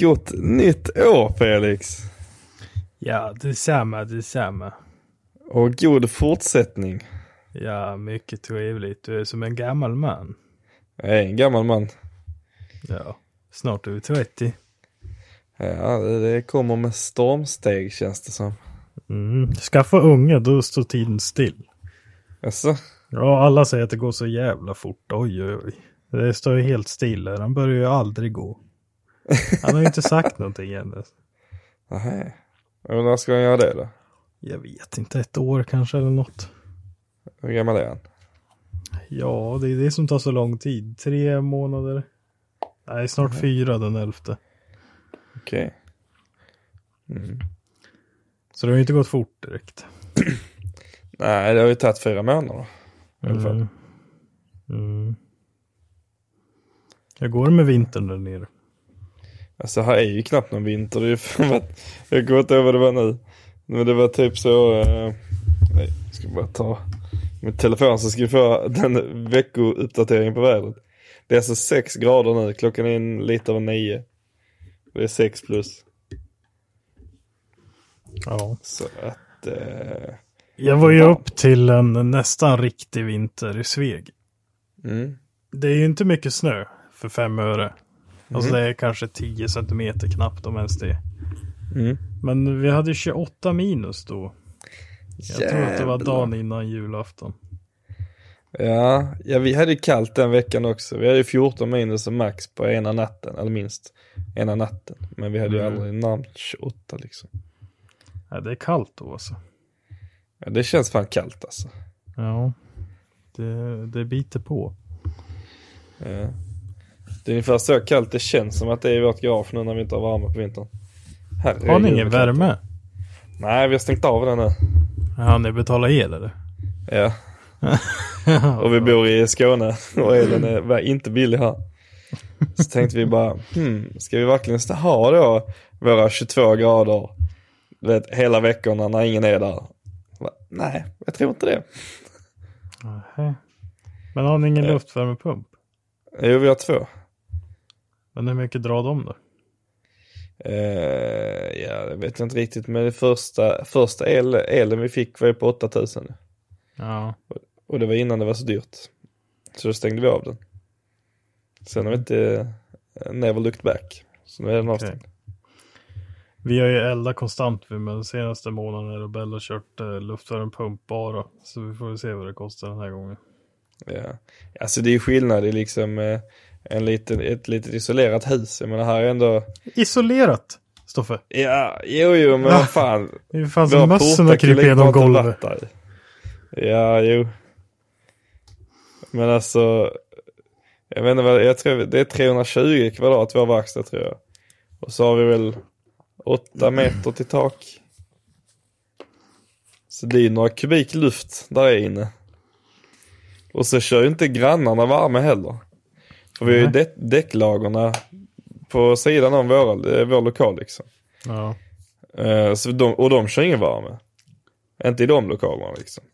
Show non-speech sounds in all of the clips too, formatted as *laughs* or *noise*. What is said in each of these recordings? Gott nytt år Felix! Ja, detsamma, detsamma. Och god fortsättning. Ja, mycket trevligt. Du är som en gammal man. Jag är en gammal man. Ja, snart är du 30. Ja, det det kommer med stormsteg känns det som. Mm. Skaffa unga, då står tiden still. Jaså? Ja, alla säger att det går så jävla fort. Oj, oj, oj. Det står ju helt stilla. Den börjar ju aldrig gå. Han har ju inte sagt *laughs* någonting ännu. Nähä. Och när ska han göra det då? Jag vet inte, ett år kanske eller något. Hur gammal är han? Ja, det är det som tar så lång tid. Tre månader. Nej, snart fyra den elfte. Okej. Så det har ju inte gått fort direkt. Nej, det har ju tagit fyra månader. I alla fall. Mm. Jag går med vintern där nere. Alltså här är ju knappt någon vinter. Det är ju fan varit... Jag kommer inte ihåg vad det var nu. Men det var typ så... eh, Nej, jag ska bara ta min telefon så ska du få den veckouppdateringen på vädret. Det är alltså 6 grader nu. Klockan är en- lite över 9. Och det är 6 plus. Ja. Så att... Eh... Jag var ju upp till en nästan riktig vinter i Sveg. Mm. Det är ju inte mycket snö för fem öre. Alltså det är kanske 10 centimeter knappt om ens det. Mm. Men vi hade 28 minus då. Jag tror att det var dagen innan julafton. Ja, ja, vi hade ju kallt den veckan också. Vi hade ju 14 minus som max på ena natten, eller minst ena natten. Men vi hade Mm. ju aldrig närmt 28 liksom. Ja, det är kallt då alltså. Ja, det känns fan kallt alltså. Ja, det, det biter på. Ja. Det är ungefär så kallt det känns som att det är i vårt garage nu när vi inte har värme på vintern. Herregud, Har ni ingen vad kallt. värme? Nej, vi har stängt av den nu. Ja, ni betalar el eller? *laughs* Ja. och vi bor i Skåne och elen är var inte billig här. Så tänkte vi bara, hmm, ska vi verkligen ha då våra 22 grader du vet, hela veckorna när ingen är där? Va? Nej, jag tror inte det. Nähä. Men har ni ingen luftvärmepump? Jo, vi har två. Men hur mycket drar de då? Eh, ja, det vet jag inte riktigt, men det första, första el, elen vi fick var ju på 8000. Ja, Och det var innan det var så dyrt. Så då stängde vi av den. Sen har vi inte eh, never looked back. Så nu är den avstängd. Vi har ju eldat konstant men den senaste månaden har Bella kört eh, luftvärmepump bara. Så vi får se vad det kostar den här gången. Ja. Alltså det är skillnad, det är liksom eh, en liten, ett litet isolerat hus. Jag menar här är ändå, Isolerat, Stoffe. ja, jo jo men vad fan. Det är ju fan Våra som mössorna portar kryper kryper genom inte en golvet. ratt där. Ja, jo. Men alltså, jag vet inte vad, jag tror det är 320 kvadrat vår verkstad tror jag. Och så har vi väl 8 meter till tak. Så det är ju några kubik luft där inne. Och så kör ju inte grannarna varme heller. För vi har ju Nej. dä- däcklagorna på sidan om vår, vår lokal liksom. Ja. Eh, så de, och de kör ingen värme. Inte i de lokalerna liksom.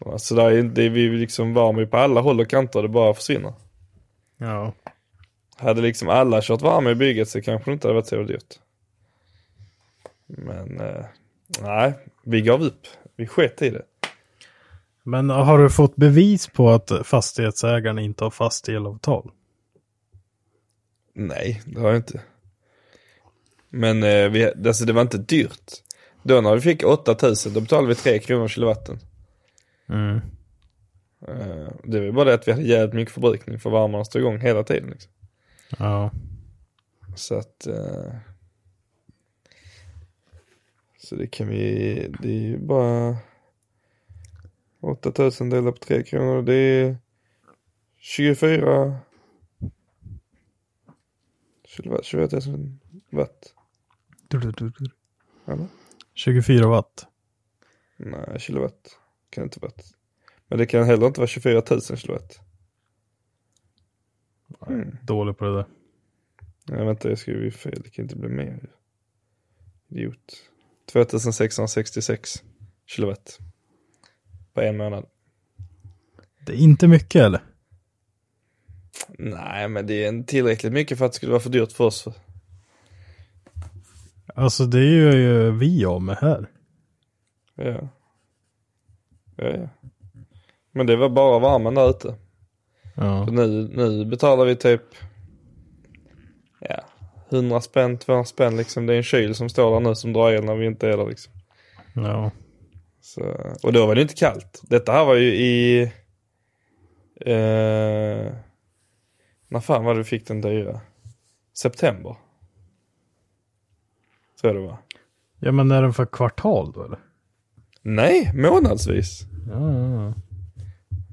Ja, Så där är, det är vi liksom värme på alla håll och kanter, det bara försvinner. ja. Hade liksom alla kört värme i bygget så kanske det inte hade varit så dyrt. Men eh, nej, vi gav upp. Vi sket i det. Men har du fått bevis på att fastighetsägaren inte har fast elavtal? Nej, det har jag inte. Men eh, vi, alltså, det var inte dyrt. Då när vi fick 8000 då betalade vi 3 kronor kilowatten. Eh, Det var ju bara det att vi hade jävligt mycket förbrukning för värmarna stod igång hela tiden. Liksom. Ja. Så att... eh, Så det kan vi... Det är ju bara 8000 delat på 3 kronor. Det är 24... 24 24 000 watt. Du, du, du, du. Eller? 24 watt. Nej, kilowatt kan det inte vara. Men det kan heller inte vara 24 000 kilowatt. Dålig på det där. Nej, vänta, jag skrev ju fel. Det kan inte bli mer. Idiot. 2666 kilowatt. På en månad. Det är inte mycket eller? Nej, men det är en tillräckligt mycket för att det skulle vara för dyrt för oss. Alltså det är ju vi av med här. Ja. Ja, ja. Men det var bara värmen där ute. Ja. Och Nu, nu betalar vi typ ja, 100 spänn, 200 spänn liksom. Det är en kyl som står där nu som drar el när vi inte är där liksom. ja. Så, och då var det inte kallt. Detta här var ju i... Eh, när fan var det vi fick den dyra? September. Tror jag det var. Ja men är den för kvartal då eller? Nej, månadsvis. Ja, ja, ja.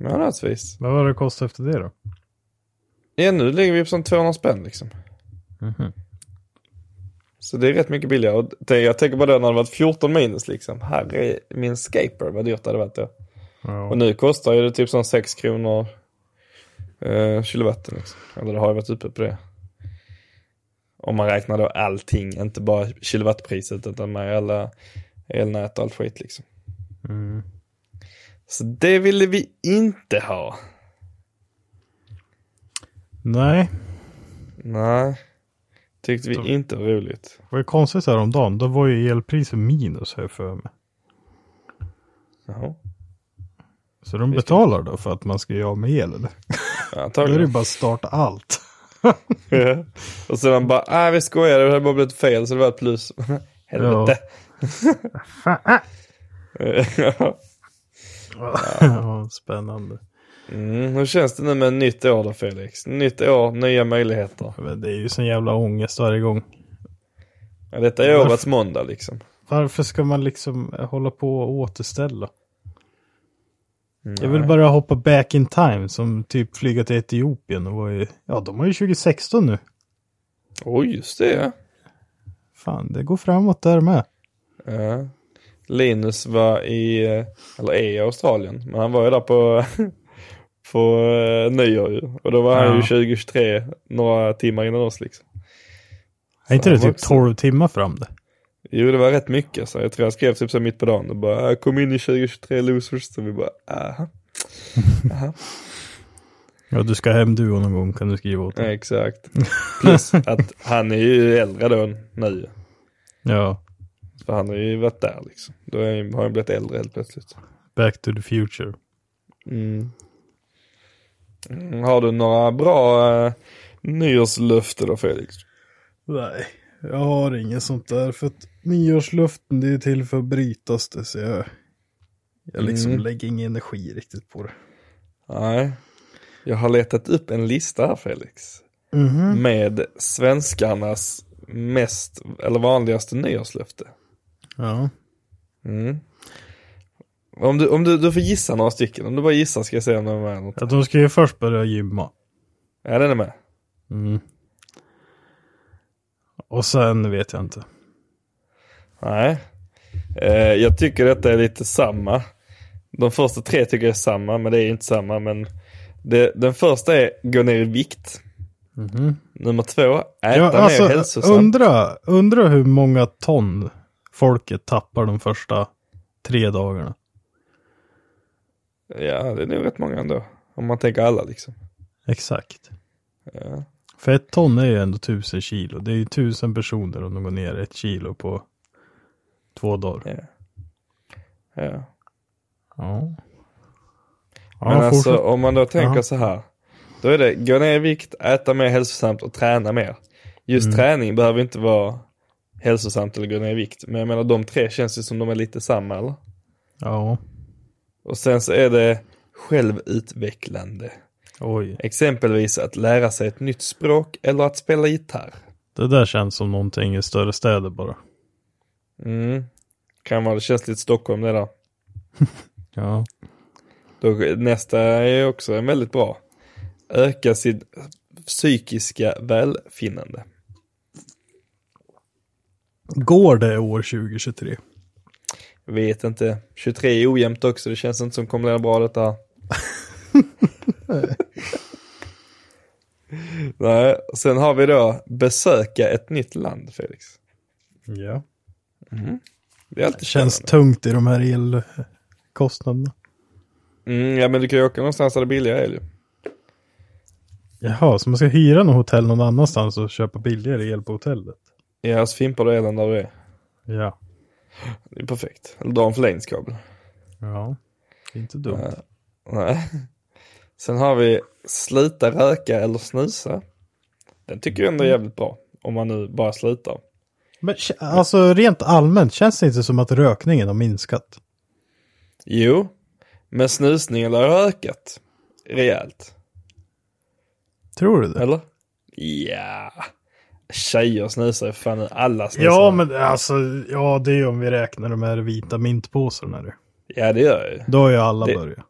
Månadsvis. Vad var det kostat efter det då? Ja, nu ligger vi på sånt 200 spänn liksom. Mhm. Så det är rätt mycket billigare. Och det, jag tänker på det när det varit 14 minus liksom. Herre min skaper vad dyrt det hade varit då. Ja. Och nu kostar ju det typ sån 6 kronor eh, kilowatten. Liksom. Eller det har ju varit uppe på det. Om man räknar då allting, inte bara kilowattpriset utan med alla elnät och allt skit liksom. Mm. Så det ville vi inte ha. Nej, Nej, tyckte vi inte var roligt. det var ju konstigt häromdagen. Då var ju elpriset minus här för mig. Jaha. Så de betalar då för att man ska göra med el eller? Då är det Antagligen. ju bara att starta allt. Ja. *laughs* och sen bara, nej vi skojar, det hade bara blivit fel så det var ett plus. *laughs* Helvete. *laughs* Ja. *laughs* Ja, spännande. mm, hur känns det nu med nytt år då Felix? Nytt år, nya möjligheter. Men det är ju sån jävla ångest varje gång. Ja, detta är årets måndag liksom. Varför ska man liksom eh, hålla på och återställa? Jag vill bara hoppa back in time som typ flyga till Etiopien och var ju, ja de har ju 2016 nu. Oj, oh, just det ja. Fan, det går framåt där med. ja. Linus var i, eh, eller är i Australien, men han var ju där på, *laughs* på eh, nyår ju. Och då var han Ja. ju 2023, några timmar innan oss liksom. Är inte det Fan, typ också. 12 timmar fram det? Jo, det var rätt mycket. Så jag tror jag skrev typ så mitt på dagen och bara "Ah, kom in i 2023 losers. Så vi bara aha. Ja, du ska hem du och någon gång kan du skriva åt Ja, mig. exakt. Plus att han är ju äldre då än nu. Ja, För han har ju varit där liksom. Då är, han- har han blivit äldre helt plötsligt. back to the future. Mm. Mm, Har du några bra eh, nyårslöften då Felix? Nej, jag har inget sånt där för att nyårsluften det är till för att brytas det så jag, jag liksom Mm. lägger ingen energi riktigt på det. Nej. Jag har letat upp en lista här Felix. Med svenskarnas mest, eller vanligaste nyårslöfte. Ja, Mm. Om, du, om du, du får gissa några stycken, om du bara gissar ska jag se om den är med. eller inte. att de ska ju först börja gymma. Ja den är med. Mm. Och sen vet jag inte. Nej. Eh, jag tycker detta är lite samma. De första tre tycker jag är samma, men det är ju inte samma. Men det, den första är gå ner i vikt. Nummer två, äta Mhm. Ja, mer alltså, hälsosamt. undra, undra hur många ton folket tappar de första tre dagarna. Ja, det är nog rätt många ändå. Om man tänker alla liksom. Exakt. Ja. För ett ton är ju ändå tusen kilo. Det är ju tusen personer om de går ner ett kilo på två dagar. Ja. Ja. Ja. Ja, Men alltså fortsätt. om man då tänker Ja. så här. Då är det gå ner i vikt, äta mer hälsosamt och träna mer. Just Mm. träning behöver inte vara hälsosamt eller gå ner i vikt. Men jag menar de tre känns ju som de är lite samma eller? ja. Och sen så är det självutvecklande. Oj, Exempelvis att lära sig ett nytt språk eller att spela gitarr. det där känns som någonting i större städer bara. Mm. Kan vara, det känns lite Stockholm det där. Ja. Då, nästa är också en väldigt bra. Öka sitt psykiska välfinnande. Går det år 2023? Vet inte. 23 är ojämnt också, det känns inte som kommer leda bra detta. här. Nej, sen har vi då besöka ett nytt land, Felix. Ja. Det är alltid Känns spännande. tungt i de här elkostnaderna. Mm, ja, men du kan ju åka någonstans där det billiga är ju. Jaha, så man ska hyra något hotell någon annanstans och köpa billigare el på hotellet? Ja, så fimpar du elen där du är. Ja. Det är perfekt. Eller dra en förlängningskabel. Ja. Det är inte dumt. Ja. Nej. Sen har vi sluta röka eller snusa. Den tycker jag ändå är Mm. jävligt bra. Om man nu bara slutar. Men k- alltså rent allmänt känns det inte som att rökningen har minskat? Jo, men snusningen har ökat rejält. Tror du det? Eller? Ja. Tjejer snusar ju fan nu. alla snusar. Ja, men alltså, ja det är ju om vi räknar de här vita mintpåsarna. du. Ja, det gör jag ju. Då har ju alla Det- börjat.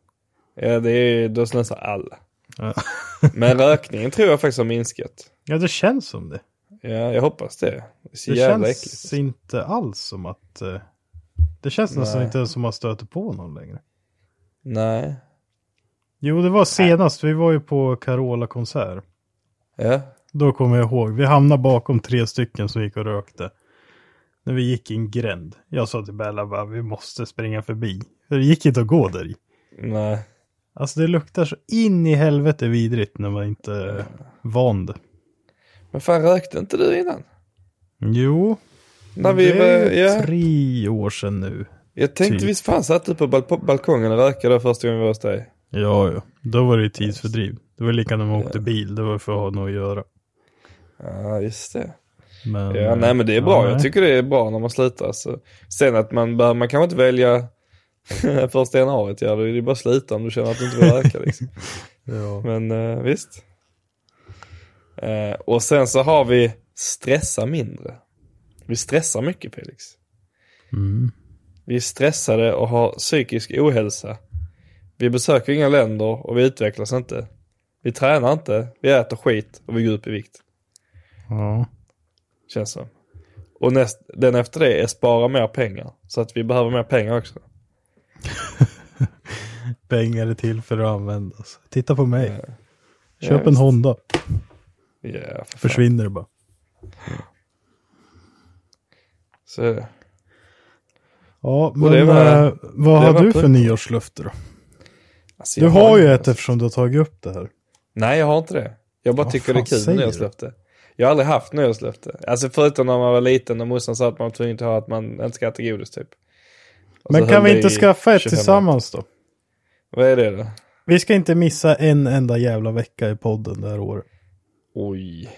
Ja, det är ju, då snusar alla. Ja. *laughs* Men rökningen tror jag faktiskt har minskat. ja, det känns som det. Ja, jag hoppas det. Det är så Det jävla känns äckligt. alltså. inte alls som att... eh, Det känns nästan Nej. inte ens som man stöter på någon längre. Nej. Jo, det var senast. Vi var ju på Carola-konsert. Ja. Då kommer jag ihåg. Vi hamnade bakom tre stycken som gick och rökte. När vi gick i en gränd. Jag sa till Bella bara, vi måste springa förbi. För det gick inte att gå där i. Nej. Alltså det luktar så in i helvete vidrigt när man inte är van det. Men fan rökte inte du innan? Jo, När vi det är var, ja, tre år sedan nu. jag tänkte typ. visst fan satt du på balko- balkongen och rökade då första gången vi var hos dig. Ja, ja. Då var det ju tidsfördriv. Det var lika när man åkte bil. Det var för att ha något att göra. Ja, just det. Men, Ja, nej men det är ja, bra. Mm. nej. Jag tycker det är bra när man slutar. Så. Sen att man bör, man kan inte välja *laughs* första januari, ja, det är bara att sluta om du känner att du inte vill röka. Liksom. Ja. Men eh, visst. Eh, och sen så har vi stressa mindre. Vi stressar mycket Felix. Mm. Vi är stressade och har psykisk ohälsa. Vi besöker inga länder och vi utvecklas inte. Vi tränar inte, vi äter skit och vi går upp i vikt. ja. Känns som. Och näst, den efter det är spara mer pengar. Så att vi behöver mer pengar också. Pengar är till för att användas. Titta på mig. Ja, Köp en visst. Honda. Ja, för fan. Försvinner det bara. Så är det. Ja, Och men det var- eh, vad det har var du för punkten. nyårslöfte då? Alltså, Du jag har ju ingen- ett eftersom du har tagit upp det här. Nej, jag har inte det. Jag bara Vad tycker det fan är kul säger med du? nyårslöfte. Jag har aldrig haft nyårslöfte. Alltså förutom när man var liten och morsan sa att man var tvungen att ha att man inte ska äta godis typ. Och så Men höll kan vi det inte i skaffa ett 25 år. tillsammans då? Vad är det då? Vi ska inte missa en enda jävla vecka i podden det här året. Oj.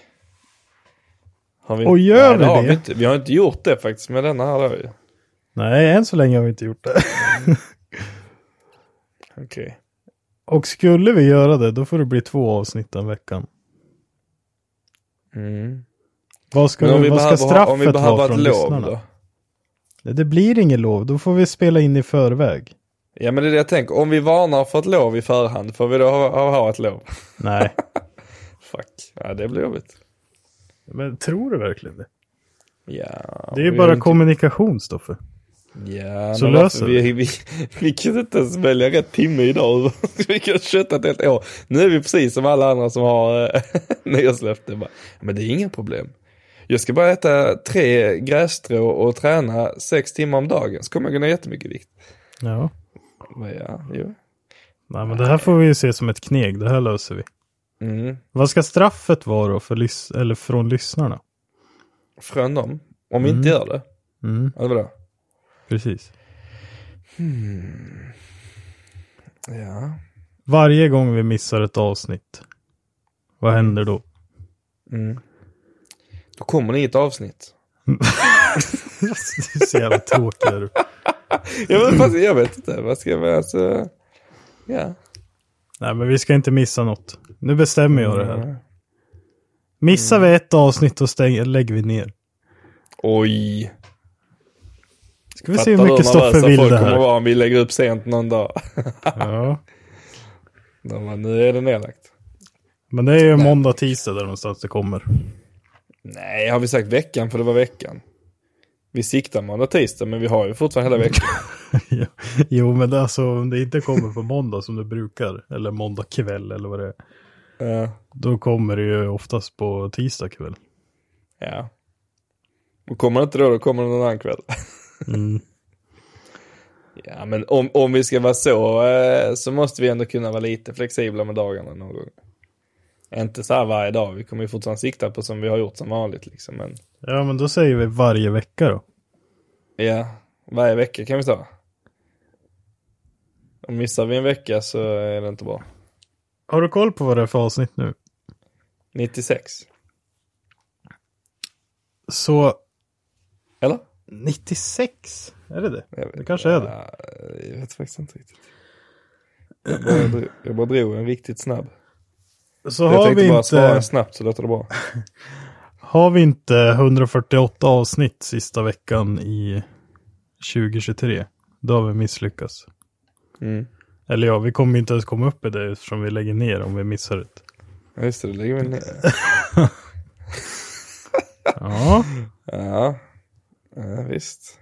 Har vi... Och gör Nej, vi har det? Vi, inte. vi har inte gjort det faktiskt med denna här då ju. Nej, än så länge har vi inte gjort det. Okej. Och skulle vi göra det, då får det bli två avsnitt den veckan. Mm. Vad ska, Men om vi, vi, vad ska behöver, ha- om vi straffet behöver vara ett från lov då? lyssnarna? Nej, Det blir ingen lov, då får vi spela in i förväg. Ja men det är det jag tänker. Om vi varnar för ett lov i förhand, får vi då ha, ha, ha ett lov? Nej. Fuck. Ja det blir jobbigt. *laughs* Men tror du verkligen det? Ja. Det är ju vi bara inte- kommunikation, Stoffe. Ja, Så men löser varför- vi, vi, vi kan inte ens välja rätt timme idag. *laughs* vi kan köta ett helt år. Nu är vi precis som alla andra som har eh, *laughs* nyårslöften. Bara, Men det är inga problem. Jag ska bara äta tre grässtrå och träna sex timmar om dagen. Så kommer jag gå ner jättemycket i vikt. Ja. Men ja, jo. Nej, men det här får vi ju se som ett kneg, det här löser vi. Mm. Vad ska straffet vara då för lys- eller från lyssnarna? Från dem. Om vi inte gör det. Mm, Eller vadå? precis. Ja. Varje gång vi missar ett avsnitt, vad *laughs* händer då? Mm. Då kommer det inget avsnitt. Det är så jävla tråkigt. Jag vet, fast, jag vet inte. Vad ska jag... Alltså, ja. Nej, men vi ska inte missa något. Nu bestämmer jag det här. Mm. Missar vi ett avsnitt och stänger, lägger vi ner. Oj. Ska vi se hur mycket Stoffe vill folk det kommer här. vara om vi lägger upp sent någon dag. *laughs* Ja. De bara, nu är det nedlagt. Men det är ju måndag, tisdag där någonstans det kommer. *laughs* Nej, har vi sagt veckan för det var veckan. Vi siktar måndag, tisdag, men vi har ju fortfarande hela *laughs* veckan. Ja. jo, men det, är alltså, om det inte kommer på måndag som det brukar, eller måndag kväll eller vad det är, Ja. då kommer det ju oftast på tisdag kväll. ja. Och kommer det inte då, då kommer det någon annan kväll. *laughs* Mm. Ja, men om, om vi ska vara så, eh, så måste vi ändå kunna vara lite flexibla med dagarna någon gång. Inte så här varje dag, vi kommer ju fortfarande sikta på som vi har gjort som vanligt liksom. Men Ja, men då säger vi varje vecka då. ja, varje vecka kan vi ta. Och missar vi en vecka så är det inte bra. Har du koll på vad det är för avsnitt nu? 96, Så eller? 96, är det det? Jag vet- Det kanske är det. Ja, Jag vet faktiskt inte riktigt. Jag bara, drog- jag bara drog en riktigt snabb. Så Jag har tänkte vi, bara svara inte, snabbt så låter det bra. har vi inte 148 avsnitt sista veckan i 2023, då har vi misslyckats. Mm. Eller ja, vi kommer ju inte ens komma upp i det eftersom vi lägger ner om vi missar det. Ja, Just det, det ligger väl ner. Ja, Ja, ja visst.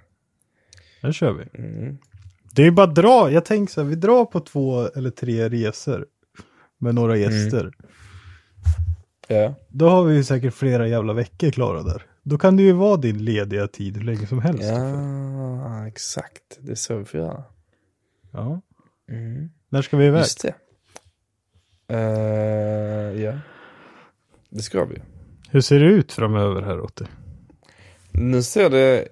det kör vi. Mm. Det är ju bara att dra. Jag tänker så här, vi drar på två eller tre resor med några Mm. gäster. Ja. Då har vi ju säkert flera jävla veckor klara där. Då kan det ju vara din lediga tid hur länge som helst. ja, exakt. Det är så vi får göra. Ja. Mm. När ska vi iväg? Just det. Eh, ja, det ska vi. Hur ser det ut framöver här Otti? Nu ser det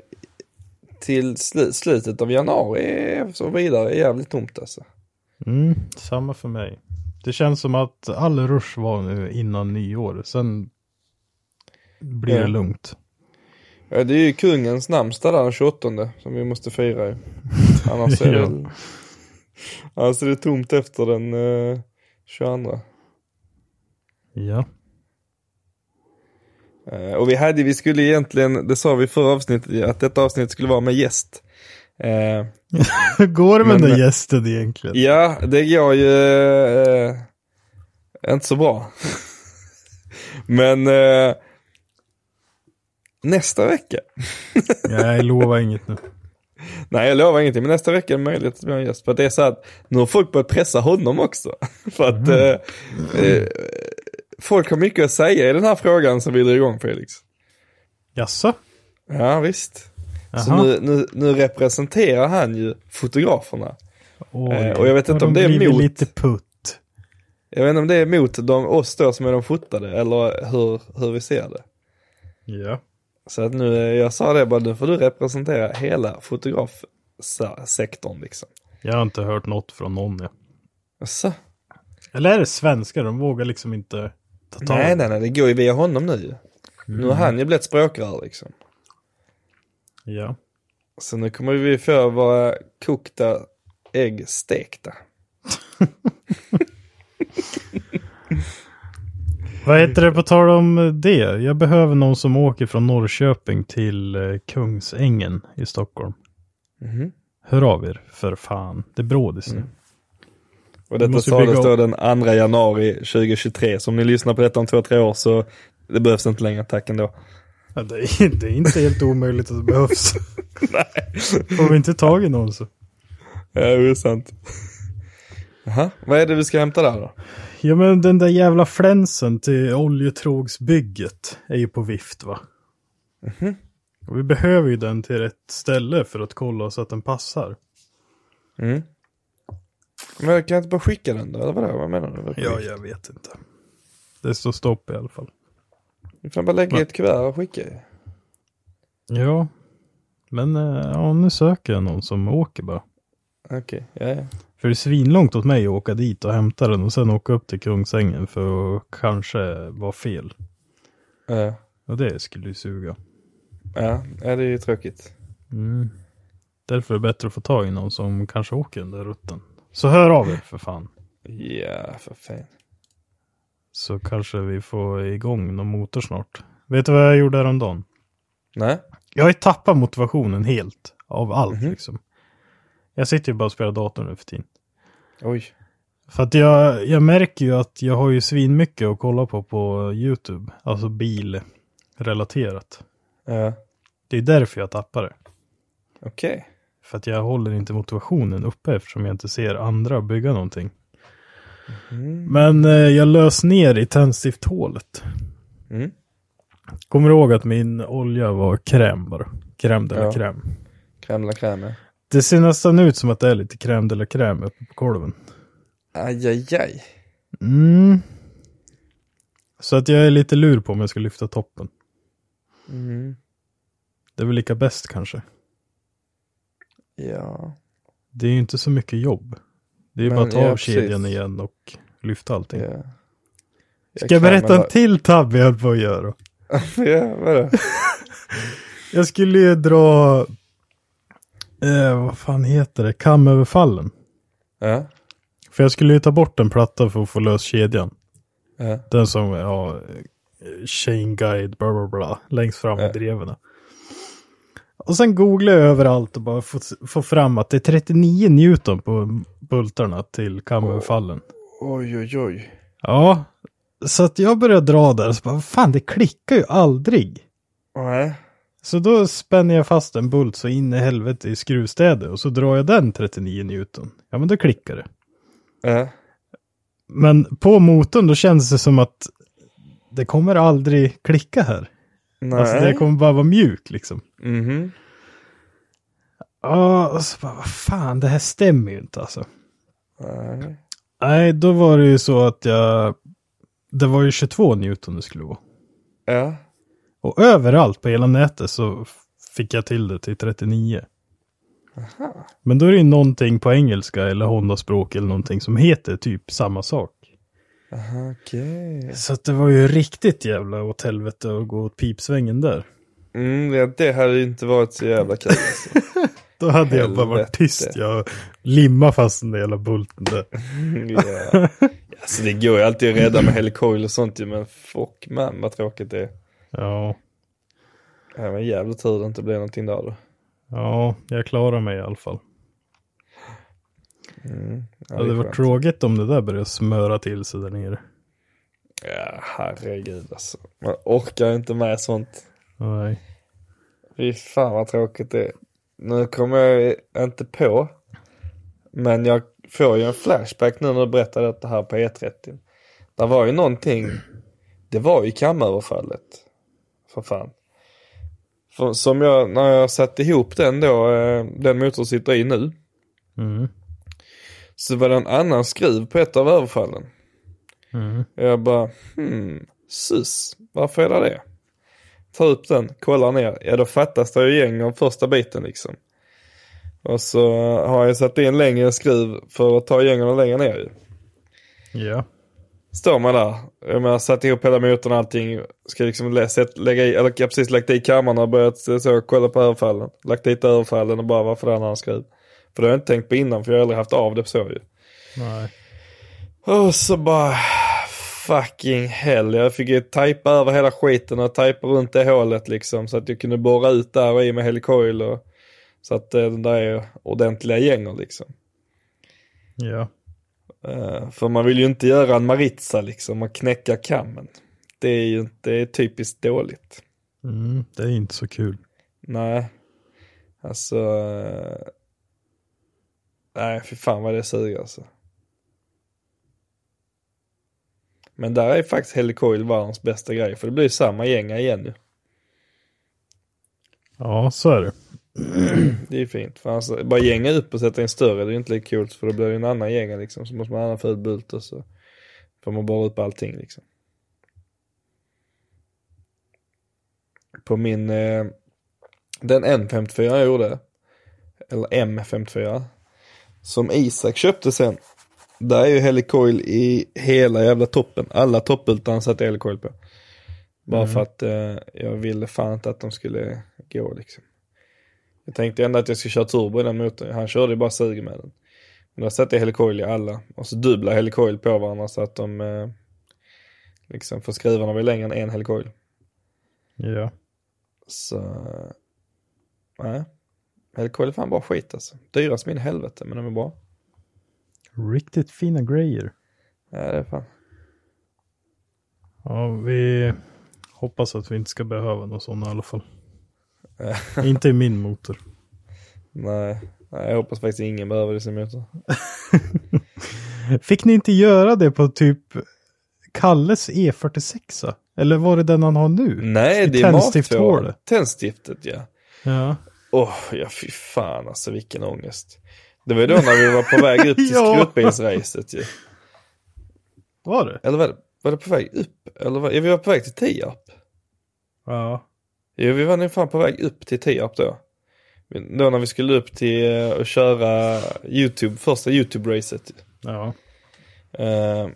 till sl- slutet av januari är- så vidare är jävligt tomt alltså. Mm, samma för mig. Det känns som att all rush var nu innan nyår. Sen blir Ja. det lugnt. Ja, det är ju kungens namnsdag där den 28 som vi måste fira ju. Annars är det, annars är det tomt efter den eh, 22. Ja. Eh, Och vi hade, vi skulle egentligen, det sa vi i förra avsnittet, att detta avsnitt skulle vara med gäst. Eh, Hur *laughs* går det med Men- den där gästen egentligen? ja, det går ju eh, inte så bra. Men eh, nästa vecka, Nej, jag lovar inget nu. nej jag lovar ingenting, men nästa vecka är det möjligt att vi har en gäst. För att det är så att nu har folk börjat pressa honom också. *laughs* För att eh, eh, folk har mycket att säga i den här frågan som vi drar igång Felix. Jaså? Ja, visst. Så Aha. nu, nu, nu representerar han ju fotograferna. Oj, Eh, och jag vet inte har om de det är blivit mot- lite putt. Jag vet inte om det är mot de, oss då som är de fotade eller hur, hur vi ser det. Ja. Så att nu, eh, jag sa det bara, nu får du representera hela fotografsektorn liksom. Jag har inte hört något från någon. Ja. Så. Eller är det svenskar? De vågar liksom inte ta tag i Nej, nej, det. nej, det går ju via honom nu ju. Nu har han ju blivit språkrör liksom. Ja. Så nu kommer vi få våra kokta ägg stekta. Vad heter det på tal om det? Jag behöver någon som åker från Norrköping till eh, Kungsängen i Stockholm. Mhm. Hör av er för fan. Det är brådis nu. Och Vi detta måste bygga sades då upp. den 2 januari 2023. Så om ni lyssnar på detta om två, tre år så det behövs inte längre, tack ändå. Ja, det, är, det är inte helt omöjligt att det *laughs* behövs. Får vi inte tag i någon så. Ja, det är sant. Jaha, vad är det vi ska hämta där då? Ja men den där jävla flänsen till oljetrågsbygget är ju på vift va? Mhm. Och vi behöver ju den till rätt ställe för att kolla så att den passar. Men jag kan inte bara skicka den då, eller vadå? Vad menar du? Ja, jag vet inte. Det står stopp i alla fall. Du får bara lägga i ett kuvert och skicka ju. Ja, men eh, ja, nu söker jag någon som åker bara. Okej, ja, ja. För det är svinlångt åt mig att åka dit och hämta den och sen åka upp till Kungsängen för att kanske vara fel. Ja, Och det skulle ju suga. ja, ja, det är ju tråkigt. Mm. Därför är det bättre att få tag i någon som kanske åker den där rutten. Så hör av er för fan. Ja, för fan. Så kanske vi får igång någon motor snart. Vet du vad jag gjorde häromdagen? Nej? Jag har ju tappat motivationen helt. Av allt liksom. Jag sitter ju bara och spelar datorn nu för tiden. Oj. För att jag, jag märker ju att jag har ju svinmycket att kolla på på YouTube. Alltså bilrelaterat. Ja. Det är därför jag tappar det. Okej. För att jag håller inte motivationen uppe eftersom jag inte ser andra bygga någonting. Mhm. Men eh, jag lös ner i tändstiftshålet. Mm. Kommer du ihåg att min olja var kräm bara? Crème de la Ja. crème. Crème la crème. Det ser nästan ut som att det är lite crème de la crème uppe på kolven. Aj, aj, aj. Mm. Så att jag är lite lur på om jag ska lyfta toppen. Mm. Det är väl lika bäst kanske. Ja. Det är ju inte så mycket jobb. Det är ju Men, bara att ta ja, av kedjan precis. igen och lyfta allting. ja. Ska jag kan, men berätta en vad- till tabbe jag höll på att göra? Ja, vadå? Jag skulle ju dra, eh, vad fan heter det, kamöverfallen. Ja. För jag skulle ju ta bort en platta för att få lös kedjan. Ja. Den som, ja, eh, chain guide, bla bla bla, längst fram i Ja. dreven. Och sen googlade jag överallt och bara få, få fram att det är 39 Newton på bultarna till kamöverfallen. Oj, oj, oj. Ja, så att jag började dra där och så bara, fan det klickar ju aldrig. Nej. Så då spänner jag fast en bult så in i helvete i skruvstäder och så drar jag den 39 Newton. Ja men då klickar det. Ja. Men på motorn då känns det som att det kommer aldrig klicka här. Nej. Alltså det kommer bara vara mjukt liksom. Mhm. Ja, och så bara vad fan det här stämmer ju inte alltså. Nej. Nej, då var det ju så att jag... Det var ju 22 Newton det skulle vara. Ja. Och överallt på hela nätet så f- fick jag till det till 39. Men då är det ju någonting på engelska eller Honda-språk eller någonting som heter typ samma sak. Okej. Så att det var ju riktigt jävla åt helvete att gå åt pipsvängen där. Mm, ja, det hade ju inte varit så jävla *laughs* kul. alltså. Då hade jag bara varit Helvete. tyst. Jag limmade fast den där jävla bulten där. Ja. Alltså det går ju alltid att rädda med helicoil och sånt ju, men fuck man vad tråkigt det är. Ja, Ja, men jävla tur det inte blev någonting där då. ja, jag klarar mig i alla fall. Ja, Mm, det hade varit skönt. tråkigt om det där började smöra till sig där nere. Ja, herregud alltså. Man orkar inte med sånt. Nej. Fy fan vad tråkigt det är. Nu kommer jag inte på. Men jag får ju en flashback nu när du berättar detta här på E30. Det var ju någonting. Det var ju kammaröverfallet. För fan. För, som jag, när jag satte ihop den då, eh, den motor som sitter i nu. Mm. Så var det en annan skruv på ett av överfallen. Och Jag bara, hmm, sus, varför är det det? Tar upp den, kollar ner, ja då fattas det ju gäng av första biten liksom. Och så har jag satt in längre skruv för att ta gängarna längre ner ju. Ja. Står man där, jag menar satt ihop hela motorn och allting, ska liksom lä- sätt- lägga i, eller jag har precis lagt i kammarna och börjat så- så kolla på överfallen. Lagt dit överfallen och bara varför är det en annan skruv? För det har jag inte tänkt på innan för jag har aldrig haft av det så ju. Nej. Och så bara fucking hell. Jag fick ju tajpa över hela skiten och tajpa runt det hålet liksom. Så att jag kunde borra ut där och i med helicoil och så att eh, den där är ordentliga gängor liksom. Ja. Eh, för man vill ju inte göra en Maritza liksom och knäcka kammen. Det är ju det är typiskt dåligt. Mm, det är inte så kul. Nej. Alltså. eh, Nej, för fan vad det suger alltså. Men där är faktiskt Helicoil världens bästa grej. För det blir ju samma gänga igen ju. Ja, så är det. Det är ju fint. För alltså, bara gänga upp och sätta in större. Det är ju inte lika kul. För då blir det ju en annan gänga liksom. Så måste man ha en annan ful bult och så. Får man bara upp allting liksom. På min. Eh, den N54 jag gjorde. Eller M54. Som Isak köpte sen. Där är ju helicoil i hela jävla toppen. Alla toppbultar satte helicoil på. Bara för att eh, jag ville fan inte att de skulle gå liksom. Jag tänkte ändå att jag skulle köra turbo i den motorn. Han körde ju bara suger med den. Men där sätter jag helicoil i alla. Och så dubblar helicoil på varandra så att de eh, liksom får skruvarna blir längre än en helicoil. Ja. Så... Nej. Helicoil är fan bara skit alltså. Dyra som in i helvete men de är bra. Riktigt fina grejer. Ja, det är fan. Ja, vi hoppas att vi inte ska behöva någon sån i *laughs* alla fall. inte i min motor. Nej. Nej, jag hoppas faktiskt ingen behöver det som motor. Fick ni inte göra det på typ Kalles E46? Eller var det den han har nu? Nej, I det är tändstifthålet. mattvål. Tändstiftet, ja. Ja. Åh, ja fy fan alltså vilken ångest. Det var ju då när vi var på väg upp till Ja. skrotbilsracet ju. Var det? Eller var det, var det på väg upp? Eller var, ja, vi var på väg till Tierp. Ja. Jo, vi var nu fan på väg upp till Tierp då. Då när vi skulle upp till eh, och köra YouTube, första YouTube-racet. Ja. Eh,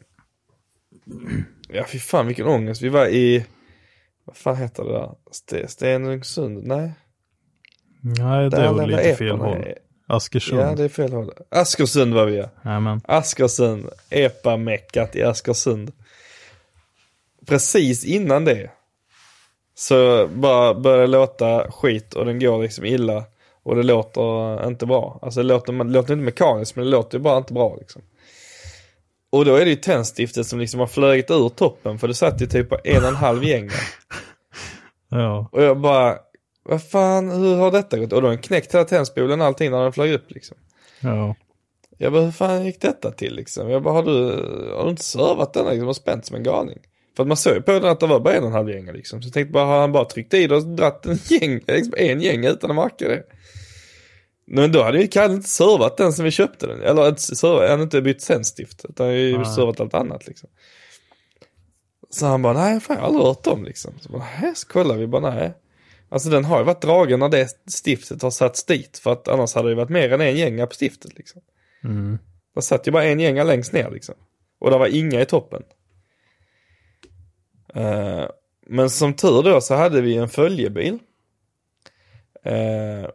ja, fy fan vilken ångest. Vi var i, vad fan heter det där? Ste- Stenungsund? Nej. Nej, det Där var jävla lite fel eporna håll. är- Askersund. Ja, det är fel håll. Askersund var vi ja. Jajamän. Askersund, EPA-meckat i Askersund. Precis innan det så bara börjar det låta skit och den går liksom illa och det låter inte bra. Alltså det låter, det låter inte mekaniskt men det låter ju bara inte bra liksom. Och då är det ju tändstiftet som liksom har flugit ur toppen för det satt ju typ på en och en halv gäng. Ja. Och jag bara, vad fan, hur har detta gått? Och då har den knäckt hela tändspolen och allting när den flög upp liksom. Ja. Jag bara, hur fan gick detta till liksom? Jag bara, har du, har du inte servat den här, liksom och spänt som en galning? För att man såg ju på den att det var bara en och en halv gäng liksom. Så jag tänkte bara, har han bara tryckt i det och dratt en *laughs* gäng, liksom en gäng utan att märka det? Men då hade ju Kalle inte servat den som vi köpte den. Eller inte servat, han hade inte bytt sändstift. Utan ju Nej. servat allt annat liksom. Så han bara, nej fan jag har aldrig hört dem liksom. Så bara, nej, så kollar vi bara, nej. Alltså den har ju varit dragen när det stiftet har satts dit. För att annars hade det ju varit mer än en gänga på stiftet liksom. Mm. Det satt ju bara en gänga längst ner liksom. Och det var inga i toppen. Eh, men som tur då så hade vi en följebil. Eh,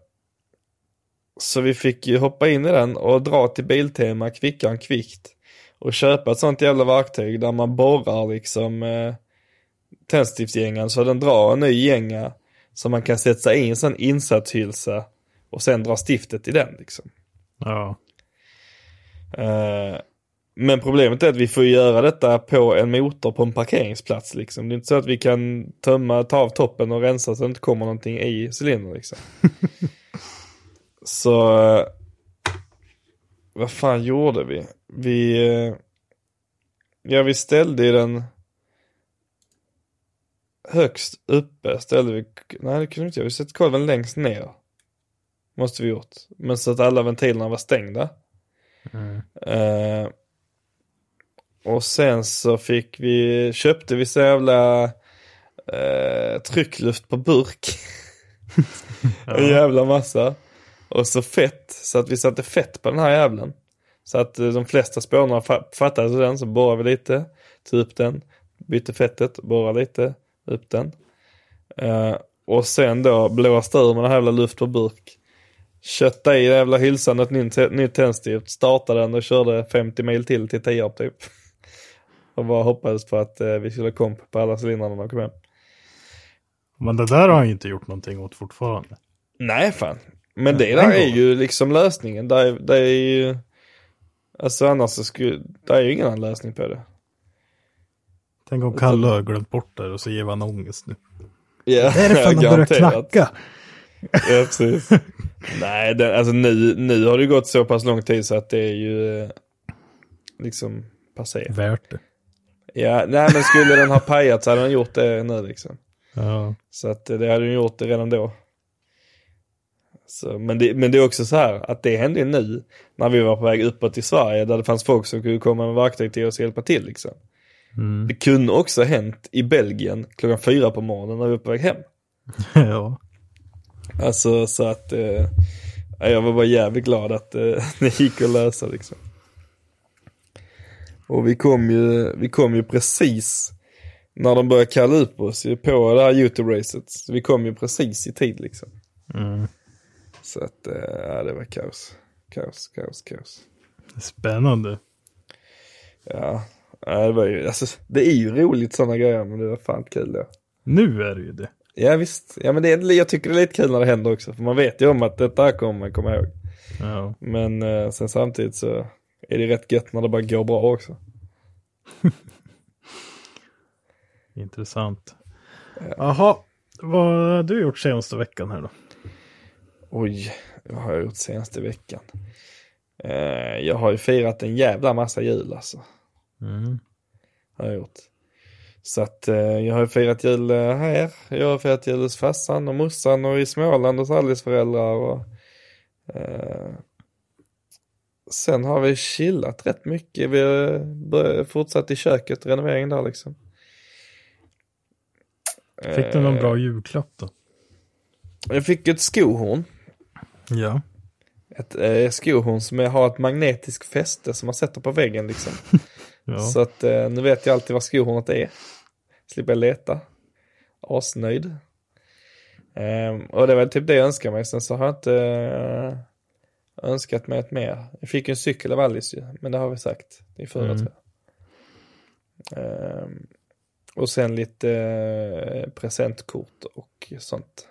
så vi fick ju hoppa in i den och dra till Biltema kvickan kvickt. Och köpa ett sånt jävla verktyg där man borrar liksom eh, tändstiftsgängan så den drar en ny gänga. Så man kan sätta in en sån insatshylsa och sen dra stiftet i den liksom. Ja. Eh, Men problemet är att vi får göra detta på en motor på en parkeringsplats liksom. Det är inte så att vi kan tömma, ta av toppen och rensa så det inte kommer någonting i cylindern liksom. så eh, vad fan gjorde vi? Vi, eh, ja vi ställde ju den högst uppe ställde vi, nej det kunde vi inte göra, vi satte kolven längst ner. Måste vi gjort. Men så att alla ventilerna var stängda. Eh, och sen så fick vi, köpte vi så jävla eh, tryckluft på burk. en jävla massa. Och så fett, så att vi satte fett på den här jävlen. Så att eh, de flesta spårarna fa- fattade sig den, så borrade vi lite, tog upp den, bytte fettet, borrade lite, upp den. Eh, och sen då blåste ur med den här jävla luft på burk kötta i den jävla hylsan ett nytt, nytt tändstift, startade den och körde 50 mil till till Tierp typ. *laughs* Och bara hoppades på att eh, vi skulle komp på alla cylindrarna när vi kom hem. Men det där har han ju inte gjort någonting åt fortfarande. Nej fan. Men det Ja, där den är går. ju liksom lösningen. Det är, det är ju... Alltså annars så skulle... Det är ju ingen annan lösning på det. Tänk om Kalle har glömt bort det här och så ger han *laughs* ångest nu. Yeah, Det är fan han börjar knacka. Ja, *laughs* precis. Nej, den, alltså nu, nu har det gått så pass lång tid så att det är ju eh, liksom passerat. Värt det. Ja, nej men skulle den ha pajat så hade den gjort det nu liksom. Ja. *laughs* Så att eh, det hade den gjort det redan då. Så, men, det, men det är också så här att det hände ju nu när vi var på väg uppåt i Sverige där det fanns folk som kunde komma med verktyg till oss och hjälpa till liksom. Det kunde också ha hänt i Belgien klockan fyra på morgonen när vi var på väg hem. ja. Alltså så att eh, jag var bara jävligt glad att eh, *laughs* det gick att lösa liksom. Och vi kom ju, vi kom ju precis när de började kalla upp oss ju på det här YouTube-racet. Så vi kom ju precis i tid liksom. Så att, eh, ja det var kaos. Kaos, kaos, kaos. Spännande. Ja, ja det, var ju, alltså, det är ju roligt sådana grejer men det var fan kul då. Nu är det ju det. Ja visst, ja, men det är, jag tycker det är lite kul när det händer också. För man vet ju om att detta här kommer man komma ihåg. Ja. Men eh, sen samtidigt så är det rätt gött när det bara går bra också. Intressant. Jaha, vad har du gjort senaste veckan här då? Oj, vad har jag gjort senaste veckan? Eh, jag har ju firat en jävla massa jul alltså. Mm. Har jag gjort. Så att eh, jag har ju firat jul eh, här. Jag har firat jul hos farsan och morsan och i Småland hos Alice föräldrar. Och, eh, sen har vi chillat rätt mycket. Vi har börjat- fortsatt i köket, renoveringen där liksom. Fick du någon bra Eh. julklapp då? Jag fick ett skohorn. Ja. Ett eh, skohorn som är- har ett magnetiskt fäste som man sätter på väggen liksom. ja. Så att eh, nu vet jag alltid vad skohornet är. Slipper jag leta. Asnöjd. Ehm, och det var typ det jag önskade mig. Sen så har jag inte eh, önskat mig ett mer. Jag fick ju en cykel av Alice ju. Men det har vi sagt. Det är förra Mm. tror jag. Ehm, och sen lite eh, presentkort och sånt.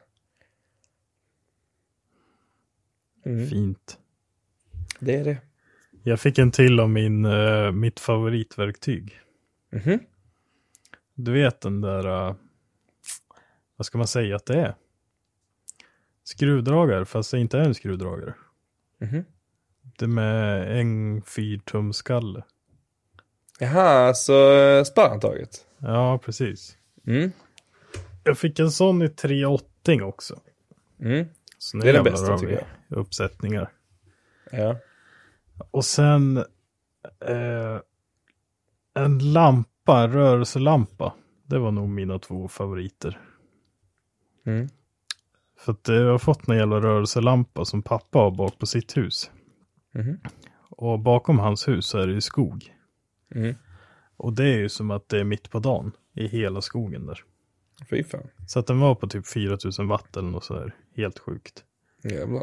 Mm, Fint. det är det. Jag fick en till av min, eh, mitt favoritverktyg. Mhm. Du vet den där, eh, vad ska man säga att det är? Skruvdragare, fast det inte är en skruvdragare. Mhm. Det är med en fyrtumskalle. Jaha, så eh, sparrantaget. Ja, precis. Mm. Jag fick en sån i 380 också. Mm. Så nu Det är den jävlar bästa, har vi tycker Uppsättningar. Ja. Och sen eh, en lampa, en rörelselampa. Det var nog mina två favoriter. Mm. För att eh, jag har fått en jävla rörelselampa som pappa har bak på sitt hus. Mhm. Och bakom hans hus så är det ju skog. Mm. Och det är ju som att det är mitt på dagen i hela skogen där. Fy fan. Så att den var på typ 4000 watt eller något så här. Helt sjukt. Jävlar.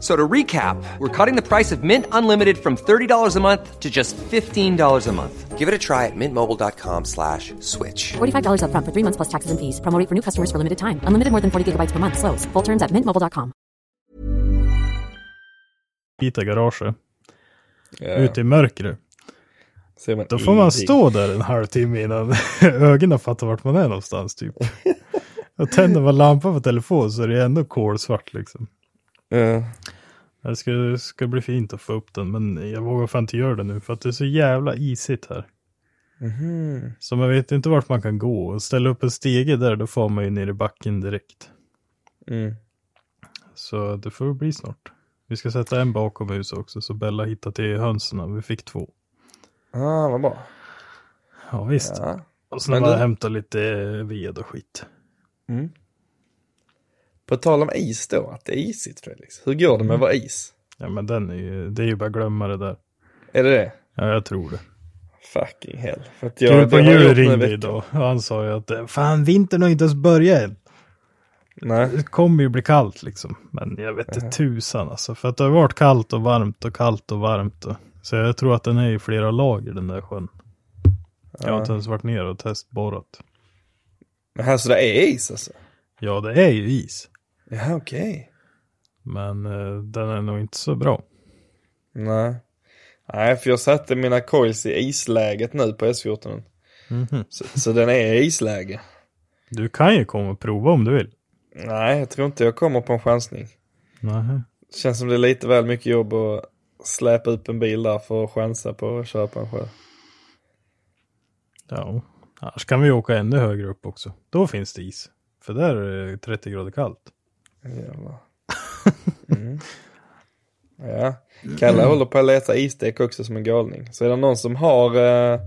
So to recap, we're cutting the price of Mint Unlimited from $30 a month to just $15 a month. Give it a try at mintmobile.com slash switch. $45 upfront for three months plus taxes and fees. Promo rate for new customers for limited time. Unlimited more than 40 gigabytes per month. Slows. Full terms at mintmobile.com. i garaget, Ja. ute i mörkret. Eh, Ser man Då får man ingenting. stå där en halvtimme innan *laughs* ögonen fattar vart man är *laughs* någonstans typ. Och tänder man lampan på telefon så är det ändå kolsvart liksom. Ja. Det ska, det ska bli fint att få upp den, men jag vågar fan inte göra det nu för att det är så jävla isigt här. Mhm. Så man vet inte vart man kan gå. Och ställa upp en stege där, då får man ju ner i backen direkt. Mm. Så det får bli snart. Vi ska sätta en bakom huset också, så Bella hittar till hönsen. Vi fick två. Ah, vad bra. Ja visst. Ja. Och sen Men bara du- hämta lite ved och skit. På tal om is då, att det är isigt Felix. Hur går det Mm. med vår is? Ja men den är ju, det är ju bara att glömma det där. Är det det? Ja jag tror det. Fucking hell. För att Gud på det har jag jul gjort nu i ringde veckan. idag och han sa ju att eh, fan vintern har inte ens börjat än. Nej, Det kommer ju bli kallt liksom. Men jag vet inte tusan alltså. För att det har varit kallt och varmt och kallt och varmt. Och... Så jag tror att den är i flera lager den där sjön. Jag har inte ens varit ner och testborrat. men här så det är is alltså. Ja det är ju is. Ja, okej. Men eh, den är nog inte så bra. Nej. Nej, för jag satte mina coils i isläget nu på S14. Mhm. Så, så den är i isläge. Du kan ju komma och prova om du vill. Nej, jag tror inte jag kommer på en chansning. Nej. Känns som det är lite väl mycket jobb att släpa upp en bil där för att chansa på att köpa en själv. Ja. Annars kan vi åka ännu högre upp också. Då finns det is. För där är det 30 grader kallt. Jävlar. Mm. Ja, Kalle håller på att leta isdäck också som en galning. Så är det någon som har, eh, är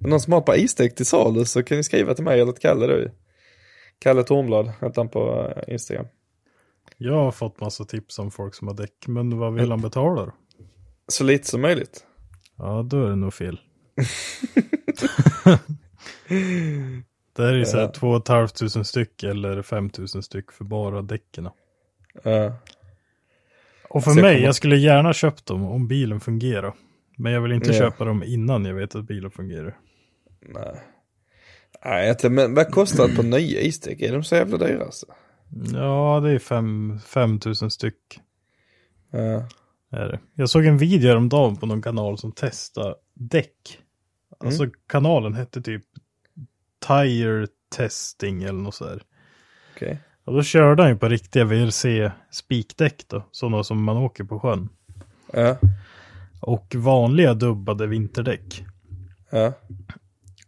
det någon som har ett par isdäck till salu så kan ni skriva till mig eller till Kalle då. Kalle Tornblad heter han på eh, Instagram. Jag har fått massa tips om folk som har däck. Men vad vill han betala då? Så lite som möjligt. Ja, då är det *laughs* nog fel. det här är ju så här 2 500 styck eller 5 000 styck för bara däcken. Ja. Och för Alltså, jag mig, kommer- jag skulle gärna köpt dem om bilen fungerar. Men jag vill inte Ja. köpa dem innan jag vet att bilen fungerar. Nej, jag tänkte, men vad kostar det på nya isdäck? Är de så jävla dyra alltså? Ja, det är 5 000 styck. Ja. Är det. Jag såg en video häromdagen på någon kanal som testar däck. Alltså Mm. kanalen hette typ Tire Testing eller något sådär. Okej. Och då körde han ju på riktiga VRC spikdäck då, sådana som man åker på sjön. Ja, Och vanliga dubbade vinterdäck. ja.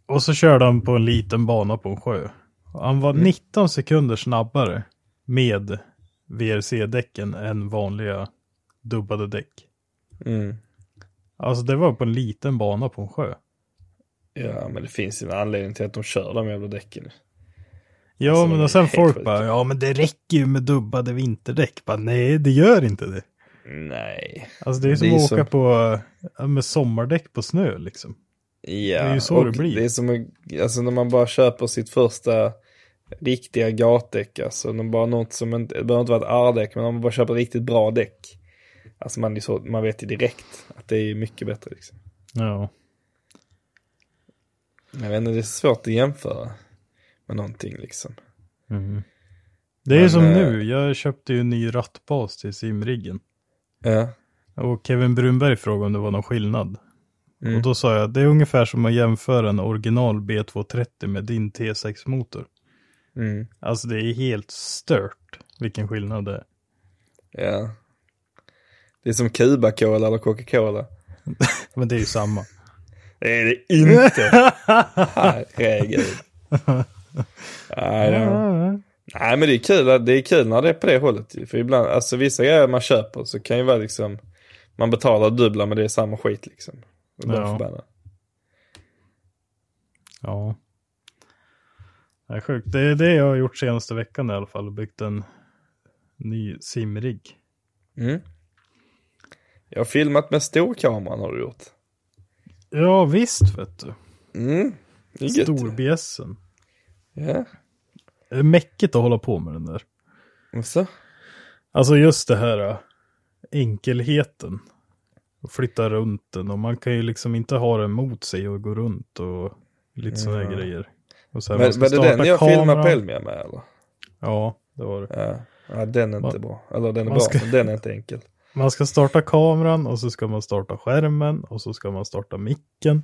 Och så körde han på en liten bana på en sjö. Och Han Mm. var 19 sekunder snabbare med VRC-däcken än vanliga dubbade däck. Mm. Alltså det var på en liten bana på en sjö. Ja, men det finns ju en anledning till att de kör de jävla däcken. Ja, Alltså, men det är och sen helt folk sjukt. bara, ja men det räcker ju med dubbade vinterdäck. Bara, nej, det gör inte det. Nej. Alltså det är ju som Det är att som- åka på, äh, med sommardäck på snö liksom. Ja, Det är ju så och det blir. Det är som att- alltså, när man bara köper sitt första riktiga gatdäck. Alltså, de bara något som inte, det behöver inte vara ett R-däck, men om man bara köper ett riktigt bra däck. Alltså man, är så, man vet ju direkt att det är mycket bättre. Liksom. Ja. Jag vet inte, det är svårt att jämföra med någonting liksom. Det är ju Men, som eh, nu, jag köpte ju en ny rattbas till simriggen. Ja, Och Kevin Brunberg frågade om det var någon skillnad. Mm. Och då sa jag, det är ungefär som att jämföra en original B230 med din T6-motor. Mm. Alltså det är helt stört vilken skillnad det är. ja. Det är som Cuba-Cola eller Coca-Cola. Men det är ju samma. Det är det *laughs* inte. Herregud. Nej, ja. Nej men det är kul, att- det är kul när det är på det hållet ju. För ibland, alltså vissa grejer man köper så kan ju vara liksom, man betalar dubbla men det är samma skit liksom. Och de Ja. förbannade. *laughs* Ja. Det är sjukt. Det är det jag har gjort senaste veckan i alla fall. Byggt en ny simrigg. Jag har filmat med storkameran har du gjort. Ja visst vet du. Mm. Det är gött ju. Storbjässen. Ja, Det är mäckigt att hålla på med den där. och så. Alltså just det här äh, enkelheten. Och flytta runt den och man kan ju liksom inte ha den mot sig och gå runt och lite sådana här grejer. Och så här, man Men, ska var det den starta jag filmade på kameran. Elmia med eller? Ja, det var det. Ja, ja den är inte Man- bra. Eller den är man bra, ska- men den är inte enkel. Man ska starta kameran och så ska man starta skärmen och så ska man starta micken.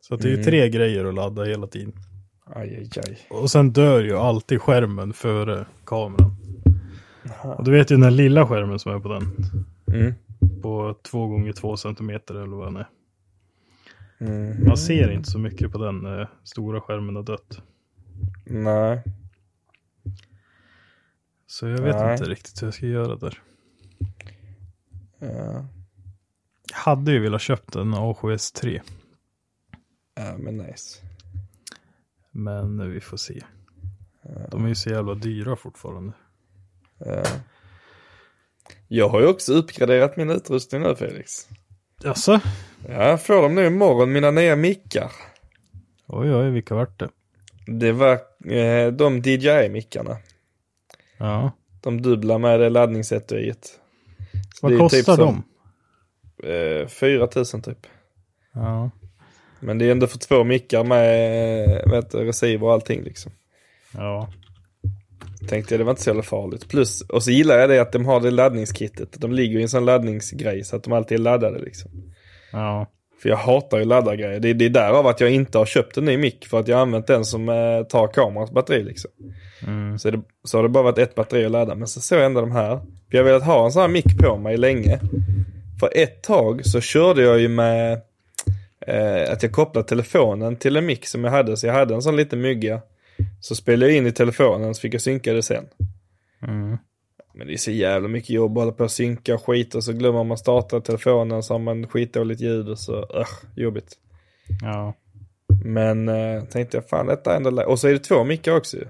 Så att det är Mm. ju tre grejer att ladda hela tiden. Aj, aj, aj. Och sen dör ju alltid skärmen före kameran. Och du vet ju den här lilla skärmen som är på den. Mm. På 2 gånger 2 centimeter eller vad den är. Mm. Man ser inte så mycket på den eh, stora skärmen har dött. Nej. Så jag vet Nej. inte riktigt hur jag ska göra där. Ja. Jag hade ju velat köpt en A7S3. ja, men nice. Men eh, vi får se. De är ju så jävla dyra fortfarande. Jag har ju också uppgraderat min utrustning nu Felix. Jaså? Ja, jag får dem nu imorgon, mina nya mickar. Oj oj, vilka vart det? Det var eh, de DJI-mickarna. Ja. De dubbla med det laddningsetuiet. Så det Vad är kostar typ som, de? Eh, 4000 typ. Ja. Men det är ändå för två mickar med eh, vet, du, receiver och allting liksom. Ja. Tänkte jag det var inte så jävla farligt. Plus, och så gillar jag det att de har det laddningskittet. De ligger i en sån laddningsgrej så att de alltid är laddade liksom. Ja. För jag hatar ju laddargrejer. Det, det är därav att jag inte har köpt en ny mick. För att jag har använt den som eh, tar kamerans batteri liksom. Så, är det, så har det bara varit ett batteri att ladda. Men så såg jag ändå de här. För jag har velat ha en sån här mick på mig länge. För ett tag så körde jag ju med eh, att jag kopplade telefonen till en mick som jag hade. Så jag hade en sån liten mygga. Så spelade jag in i telefonen så fick jag synka det sen. Men det är så jävla mycket jobb att hålla på och synka och skit och så glömmer man starta telefonen så har man skitdåligt ljud och så, ugh, jobbigt. Ja. Men eh, tänkte jag, fan detta är ändå lä- Och så är det två mickar också ju.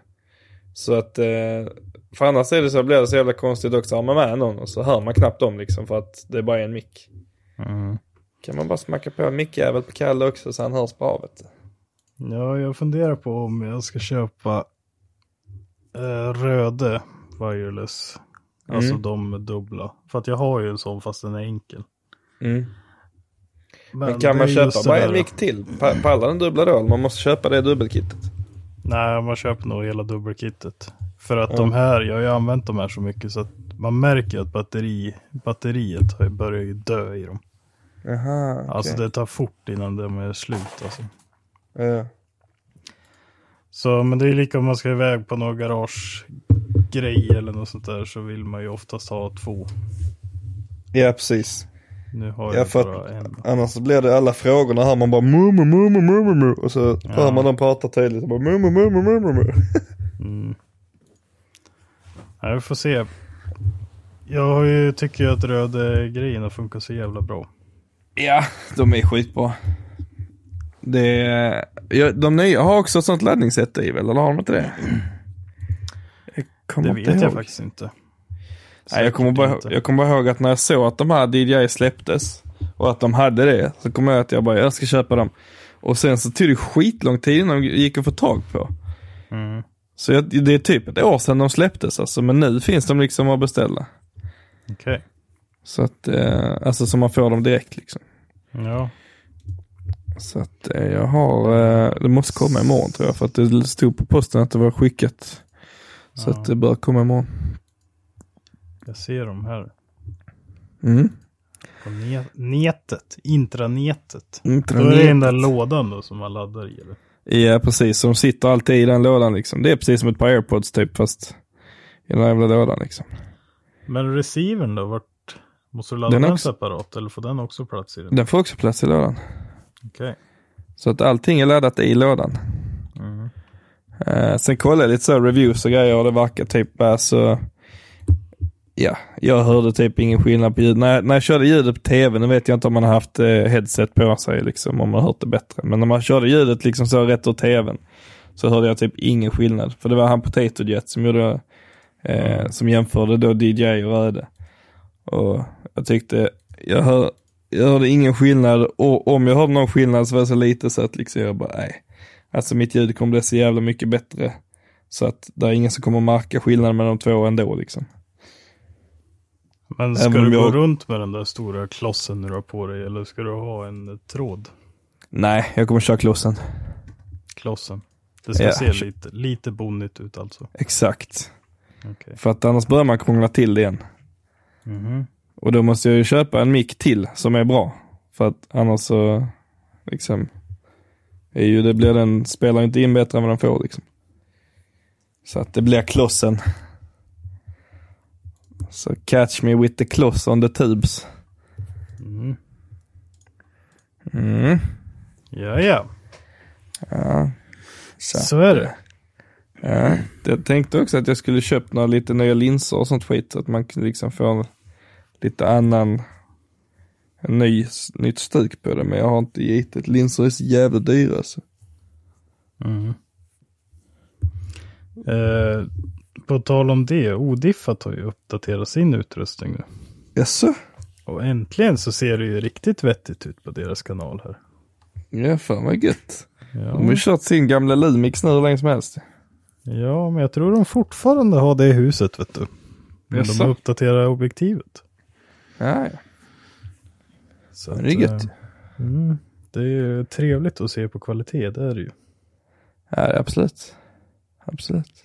Så att, eh, för annars är det så, blir det så jävla konstigt också, har man med någon och så hör man knappt dem liksom för att det är bara en mick. Mm. Kan man bara smacka på en mickjävel på Kalle också så han hörs bra vet du. Ja, jag funderar på om jag ska köpa eh, röde wireless. Alltså de med dubbla. För att jag har ju en sån fast den är enkel. Mm. Men, Men kan det man är köpa just det bara där- en mick till? Pa- Pallar den dubbla då? Eller Man måste köpa det dubbelkittet. Nej, man köper nog hela dubbelkittet. För att de här, jag har ju använt de här så mycket så att man märker ju att batteri, batteriet har ju- börjar ju dö i dem. Jaha, okej. Alltså det tar fort innan de är slut alltså. Ja. Så, men det är lika om man ska iväg på någon garagegrej eller något sånt där så vill man ju oftast ha två. ja, precis. Nu har Ja, jag för bara att en. annars så blir det alla frågorna här man bara mumu mumu mumu mu och så hör man dem prata tydligt och bara mumu mumu mumu mu. Nej, vi får se. Jag har ju, tycker ju att röda grejerna funkar så jävla bra. Ja, de är skitbra. Det är, ja, de nya har också ett sånt laddningssätt i väl, eller har de inte det? Jag kommer Det inte vet jag ihåg. faktiskt inte. Nej, jag, kommer Säkert bara, inte. jag kommer bara ihåg att när jag såg att de här DJI släpptes och att de hade det så kom jag ihåg att jag bara, jag ska köpa dem. Och sen så tog det skitlång tid innan de gick att få tag på. Mm. Så jag, det är typ ett år sedan de släpptes alltså, men nu finns de liksom att beställa. Okej. Så att, eh, alltså så man får dem direkt liksom. Ja. Så att eh, jag har, eh, det måste komma imorgon tror jag för att det stod på posten att det var skickat. Så att det bör komma imorgon. Jag ser dem här. Mm. På ne- nätet. Intranätet. Inte Då är det den där lådan då som man laddar i. Eller? Ja, precis. Som sitter alltid i den lådan liksom. Det är precis som ett par airpods typ, fast i den här jävla lådan liksom. Men receivern då? Vart? Måste du ladda Den den, också. Mm. separat eller får den också plats i den? Den får också plats i lådan. Okej. Så att allting är laddat i lådan. Eh, sen kollade jag lite så här reviews och grejer och det verkar typ, alltså, ja, jag hörde typ ingen skillnad på ljud. När, jag- när jag körde ljudet på tv, nu vet jag inte om man har haft eh, headset på sig liksom, om man har hört det bättre. Men när man körde ljudet liksom så rätt ur tvn så hörde jag typ ingen skillnad. För det var han Potato Jet som gjorde, eh, som jämförde då DJ och Röde. Och jag tyckte, jag, hör, jag hörde ingen skillnad och om jag hörde någon skillnad så var det så lite så att liksom jag bara nej. Alltså mitt ljud kommer bli så jävla mycket bättre. Så att det är ingen som kommer märka skillnaden mellan de två ändå liksom. Men ska Även om du jag- gå runt med den där stora klossen du har på dig eller ska du ha en eh, tråd? Nej, jag kommer köra klossen. Klossen. Det ska Ja. se lite, lite bonnigt ut alltså. Exakt. Okej. För att annars börjar man krångla till det igen. Och då måste jag ju köpa en mick till som är bra. För att annars så, liksom, är ju, det blir den, spelar inte in bättre än vad den får liksom. Så att det blir klossen. Så catch me with the kloss on the tubes. Ja, ja. Så. Så är det. Ja, jag tänkte också att jag skulle köpa några lite nya linser och sånt skit så att man kan liksom få lite annan, en ny, nytt stuk på det. Men jag har inte gett Linser är så jävla dyra alltså. Eh, på tal om det, Odiffat har ju uppdaterat sin utrustning nu. Jaså? Och äntligen så ser det ju riktigt vettigt ut på deras kanal här. Ja, fan vad gött. De har Ja, ju kört sin gamla Lumix nu hur länge som helst. ja men jag tror de fortfarande har det i huset vet du. Men Jaså? de uppdaterar objektivet. Ja, ja. Så Men det är gött. eh, Mm, det är ju trevligt att se på kvalitet, det är det ju. ja, absolut. Absolut.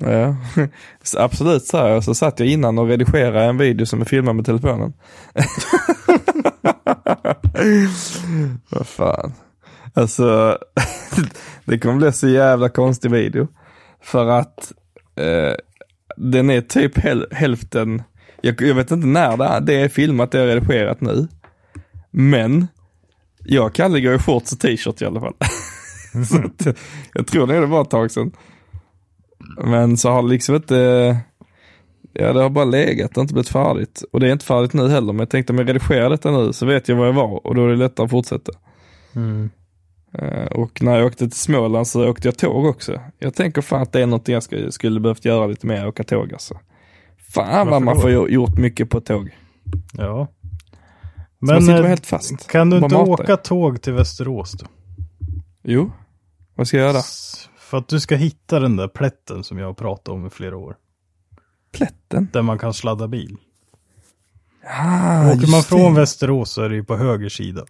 Ja, *laughs* så absolut så här. Så satt jag innan och redigerade en video som är filmad med telefonen. *laughs* Vad fan. Alltså, *laughs* det kommer bli så jävla konstig video. För att eh, den är typ häl hälften, jag, jag vet inte när det är, det är filmat, det är redigerat nu. Men, jag kan ligga i shorts och t-shirt i alla fall. *laughs* så att, jag tror nog det var ett tag sedan. Men så har det liksom inte, ja det har bara legat, det har inte blivit färdigt. Och det är inte färdigt nu heller, men jag tänkte om jag redigerar detta nu så vet jag var jag var och då är det lättare att fortsätta. Mm. Eh, Och när jag åkte till Småland så åkte jag tåg också. Jag tänker fan att det är någonting jag skulle, skulle behövt göra lite mer, åka tåg alltså. Fan vad Varför man då? får ju- gjort mycket på tåg. Ja. Men, man Men sitter eh, bara helt fast. kan du Bara inte matar. åka tåg till Västerås då? Jo, vad ska jag göra? S- För att du ska hitta den där plätten som jag har pratat om i flera år. Plätten? Där man kan sladda bil. Ah, Åker man just från det. Västerås så är det ju på höger sida.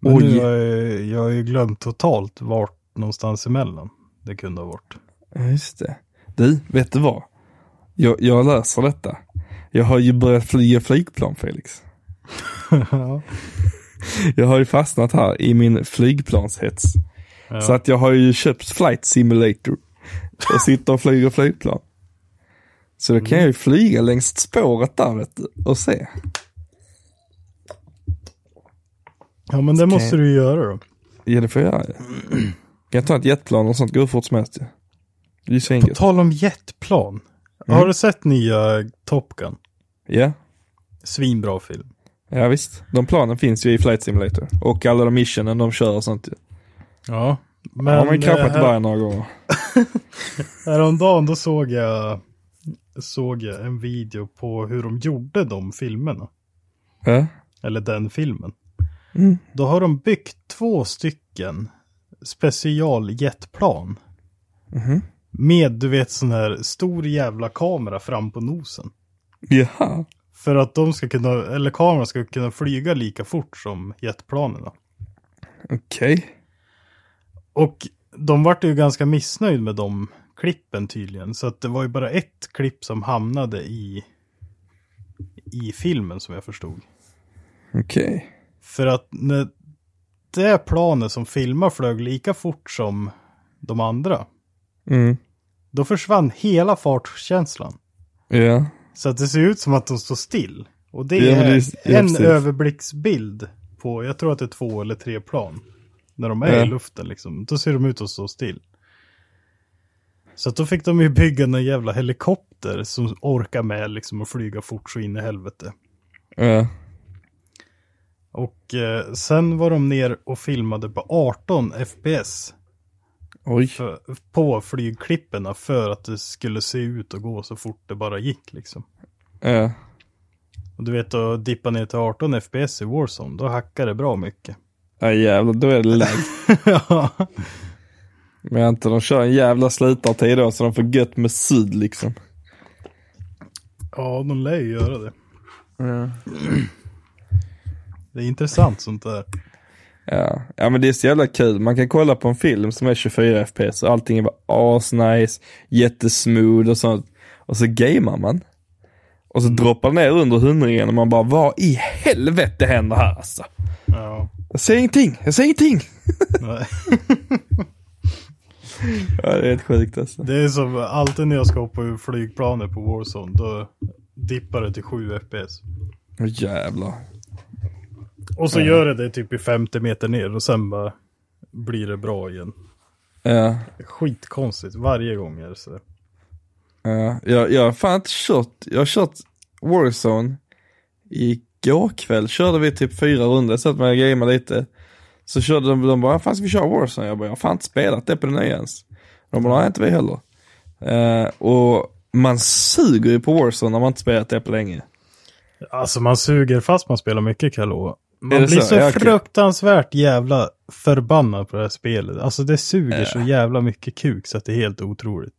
Men Och nu- jag, är- jag har ju glömt totalt vart någonstans emellan det kunde ha varit. Ja, Just det. Du, vet du vad? Jag, jag löser detta. Jag har ju börjat flyga flygplan *laughs* Felix. ja. Jag har ju fastnat här i min flygplanshets. Så att jag har ju köpt flight simulator. Och sitter och flyger flygplan. Så då kan Mm. jag ju flyga längs spåret där vet du, och se. ja, men det måste du ju göra då. Ja det får jag göra. ju. Kan jag ta ett jetplan och sånt, gå hur fort som helst ju. Det är ju På svinget. tal om jetplan. Har du sett nya Top Gun? Ja. Svinbra film. ja, visst. De planen finns ju i flight simulator. Och alla de missionen de kör och sånt ju. Ja. Men, har man ju eh, kappat här- här... några gånger. Häromdagen då såg jag, såg jag en video på hur de gjorde de filmerna. Ja. Eller den filmen. Då har de byggt två stycken specialjetplan. Mhm. Med du vet sån här stor jävla kamera fram på nosen. Jaha. För att de ska kunna, eller kameran ska kunna flyga lika fort som jetplanen. Okej. Och de vart ju ganska missnöjd med de klippen tydligen. Så att det var ju bara ett klipp som hamnade i, i filmen som jag förstod. Okej. För att när det planet som filmar flög lika fort som de andra. Mm. Då försvann hela fartkänslan. Ja. Så att det ser ut som att de står still. Och det Ja, men är det är- ja, en precis. överblicksbild på, jag tror att det är två eller tre plan. När de är Ja. i luften liksom. Då ser de ut att stå still. Så att då fick de ju bygga en jävla helikopter som orkar med liksom att flyga fort så in i helvete. Ja. Och eh, sen var de ner och filmade på 18 FPS Oj. för, på flygklipporna för att det skulle se ut och gå så fort det bara gick liksom. Ja. Och du vet att dippa ner till 18 FPS i Warzone, då hackar det bra mycket. Ja jävlar, då är det lag. *laughs* ja, Men inte, de kör en jävla slutartid då så de får gött med syd liksom. de lär ju göra det. Det är intressant sånt där. Ja. ja men det är så jävla kul. Man kan kolla på en film som är 24 FPS och allting är bara asnice, jättesmooth och sånt. Och så gamear man. Och så droppar det ner under hundringen och man bara vad i helvete händer här alltså? Ja. Jag ser ingenting, jag ser ingenting. Nej. *laughs* Ja det är helt sjukt alltså. Det är som alltid när jag ska hoppa ur flygplanet på Warzone, då dippar det till 7 FPS. Åh jävlar. Och så gör det det typ i 50 meter ner och sen bara blir det bra igen. Ja. Skitkonstigt, varje gång är det så. där. Ja, jag, jag har fan inte kört, jag har kört Warzone igår kväll, körde vi typ fyra runder satt mig och gamade lite. Så körde de, de bara, fan ska vi köra Warzone? Jag bara, jag har fan inte spelat det på den nya ens. De bara, nej inte vi heller. Eh, och man suger ju på Warzone när man inte spelat det på länge. Alltså man suger fast man spelar mycket Kalå. Man Är det blir så, så? Ja, okej. fruktansvärt jävla förbannad på det här spelet. Alltså det suger så jävla mycket kuk så att det är helt otroligt.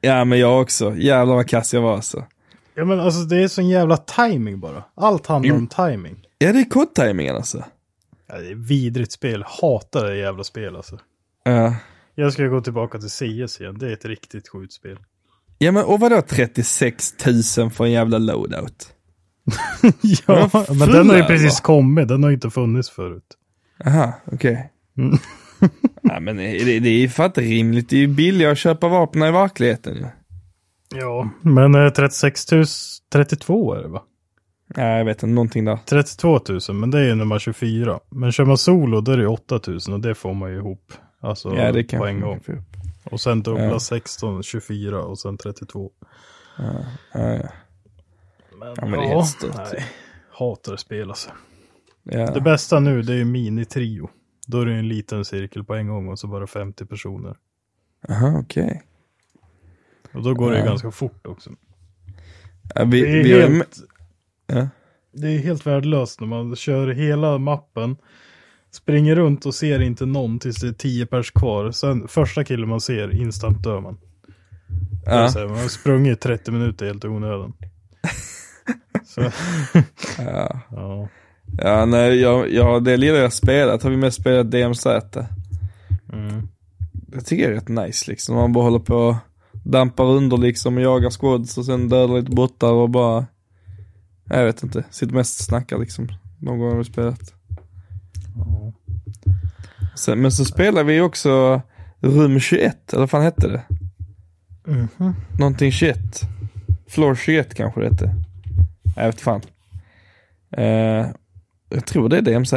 Ja men jag också, jävlar vad kass jag var alltså. Ja men alltså det är sån jävla timing bara. Allt handlar om timing. Ja det är kodtajmingen alltså. Ja, det är vidrigt spel, hatar det jävla spel alltså. Ja. Jag ska gå tillbaka till CS igen, det är ett riktigt skjutspel. Ja men och vadå 36 000 för en jävla loadout? *laughs* ja, Vad men den har ju fulla, precis va? kommit. Den har ju inte funnits förut. Aha, okej. Mm. *laughs* ja men det, det är ju fatt rimligt. Det är ju billigare att köpa vapen i verkligheten ju. Ja, men eh, 36 000, 32 är det va? Ja jag vet inte, någonting där. 32 000, men det är ju nummer 24. Men kör man solo då är det 8 000 och det får man ju ihop. Alltså Ja det på kanske en man gång. kan få upp. Och sen dubbla Ja. 16, 24 och sen 32. Ja, ja. Men, Ja, men det är helt stört. nej. Hatar spel alltså. Ja. Det bästa nu det är ju minitrio. Då är det ju en liten cirkel på en gång och så bara 50 personer. Aha, okej. Och då går det ju Ja. ganska fort också. Ja, vi, Det är, vi har ju helt, Ja. det är helt värdelöst när man kör hela mappen. Springer runt och ser inte någon tills det är 10 pers kvar. Sen första killen man ser, instant dör man. Det är Ja. så här, Man har sprungit 30 minuter helt *laughs* i onödan. Så, Ja. ja. Ja, nej, jag, jag, det lilla jag har spelat har vi mest spelat DMZ. Mm. Jag tycker det är rätt nice liksom. Man bara håller på och dampar under liksom och jagar squads och sen dödar lite bottar och bara, jag vet inte, sitter mest och snackar liksom. De gånger vi spelat. Ja. Sen, men så spelar vi också Rum 21, eller vad fan hette det? Mhm. Någonting 21. Floor 21 kanske det hette. Jag vet fan. Eh, jag tror det är DMZ.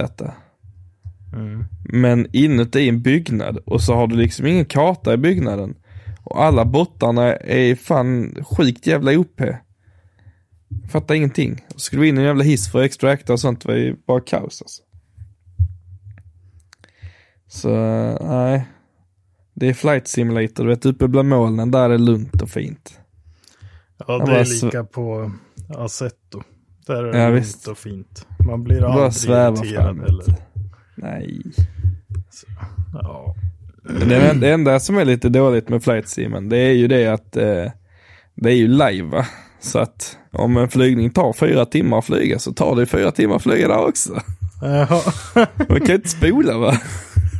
Mm. Men inuti en byggnad och så har du liksom ingen karta i byggnaden. Och alla bottarna är fan sjukt jävla OP. Fattar ingenting. Och skulle du in i en jävla hiss för att extrakta och sånt var ju bara kaos alltså. Så eh, nej. Det är flight simulator, du vet uppe bland molnen där är lugnt och fint. Ja, Jag det bara är sv- lika på Assetto. Där är Ja, det visst. lugnt och fint. Man blir bara aldrig svävar irriterad. framåt. Eller, Nej. ja. Det, en- det enda som är lite dåligt med flight simen, det är ju det att eh, det är ju live va? Så att om en flygning tar fyra timmar att flyga så tar det fyra timmar att flyga där också. *laughs* Jaha. Man kan ju inte spola va?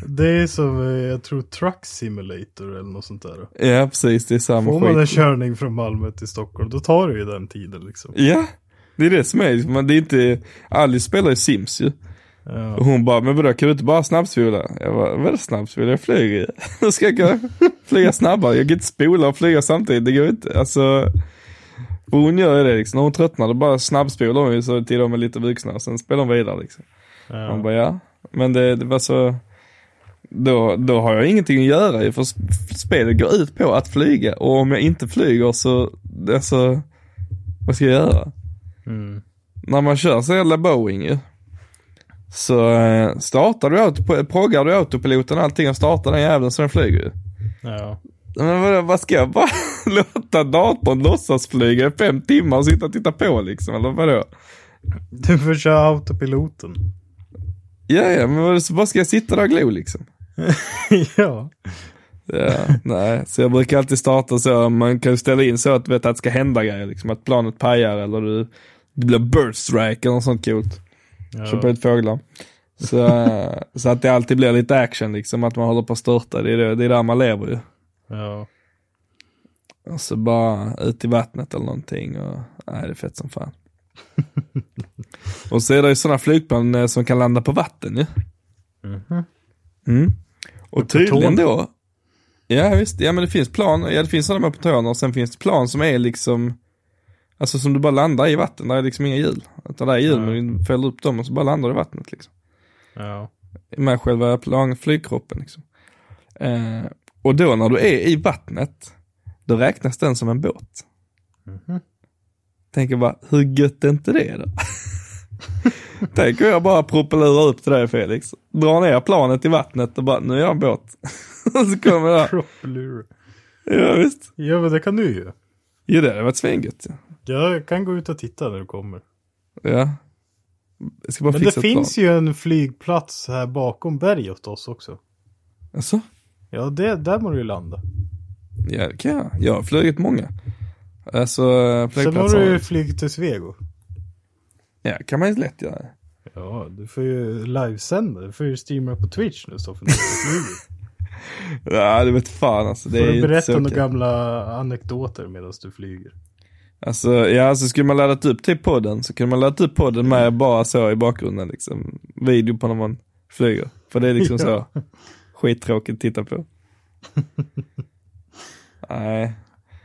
Det är som, eh, jag tror, Truck Simulator eller något sånt där. Ja precis, det är samma Får man en skit. körning från Malmö till Stockholm, då tar det ju den tiden liksom. Ja, det är det som är, men det är inte, Alice spelar ju Sims ju. Och Ja. hon bara, men vadå kan du inte bara snabbspola? Jag bara, vadå snabbspola? Jag flyger ju. *laughs* Hur ska jag kunna flyga snabbare? Jag kan inte spola och flyga samtidigt, det går inte. Alltså, och hon gör ju det liksom. När hon tröttnar då bara snabbspolar hon ju så till de är lite vuxna och sen spelar hon vidare liksom. Ja. Man bara, ja. Men det, det var så, då, då har jag ingenting att göra ju, för sp- spelet går ut på att flyga och om jag inte flyger så, alltså, vad ska jag göra? Mm. när man kör så jävla Boeing ju. Så eh, startar du auto, proggar du autopiloten och allting och startar den jäveln så den flyger ju. Ja. Men vadå, vad ska jag bara *laughs* låta datorn låtsas flyga i fem timmar och sitta och titta på liksom, eller vadå? Du får köra autopiloten. Ja, ja, men vadå, så bara ska jag sitta där och glo liksom? *laughs* ja. Ja, nej, så jag brukar alltid starta så, man kan ju ställa in så att du vet att det ska hända grejer liksom, att planet pajar eller du, det blir bird strike eller något sånt coolt. Köpa ja. ut fåglar. Så, så att det alltid blir lite action liksom, att man håller på att störta. Det är, det, det är där man lever ju. ja. Och så bara ut i vattnet eller någonting och nej, det är fett som fan. och så är det ju sådana flygplan eh, som kan landa på vatten ju. Mm. Och tydligen tån. då. Ja visst, ja men det finns plan, ja det finns sådana med pontoner och sen finns det plan som är liksom Alltså som du bara landar i vatten, där är liksom inga hjul. Utan där är hjul men du fäller upp dem och så bara landar du i vattnet liksom. ja. med själva plan- flygkroppen. Liksom. Eh, och då när du är i vattnet, då räknas den som en båt. Mhm. Tänker bara, hur gött är inte det då? *laughs* Tänker jag bara propellera upp till dig Felix, dra ner planet i vattnet och bara, nu är jag en båt. *laughs* Och så kommer det, Propellur. ja visst. Ja, men det kan du ju. Jo det hade varit svingött. ja. Jag kan gå ut och titta när du kommer. Ja. Jag ska bara Men fixa det finns plan. ju en flygplats här bakom berget åt oss också. Alltså? Ja, det, där må du ju landa. Ja det kan jag. Jag har flugit många. Alltså Sen flygplatser. har du ju flyg till Svego. Ja kan man ju lätt göra. Ja, du får ju livesända. Du får ju streama på Twitch nu Stoffen. när du flyger. Nej, det vet fan alltså. Det Får är du inte berätta så några kul. gamla anekdoter medan du flyger? Alltså, ja, alltså skulle man laddat upp till podden så kunde man laddat upp podden med Mm. bara så i bakgrunden liksom. Video på när man flyger. För det är *laughs* liksom så skittråkigt att titta på. *laughs* Nej.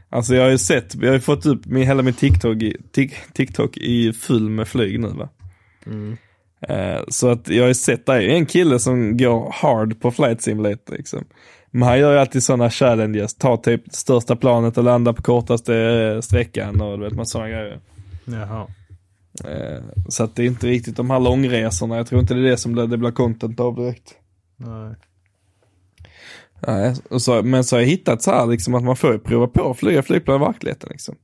Alltså jag har ju sett, jag har ju fått upp min, hela min TikTok i, Tik- TikTok i full med flyg nu va. Eh, Så att jag har ju sett, det är ju en kille som går hard på flight simulator liksom. Men han gör ju alltid sådana challenges, tar typ största planet och landar på kortaste eh, sträckan och du vet massa sådana grejer. Jaha. Eh, Så att det är inte riktigt de här långresorna, jag tror inte det är det som det, det blir content av direkt. Nej. Nej, och så, men så har jag hittat så här liksom att man får ju prova på att flyga flygplan i verkligheten liksom.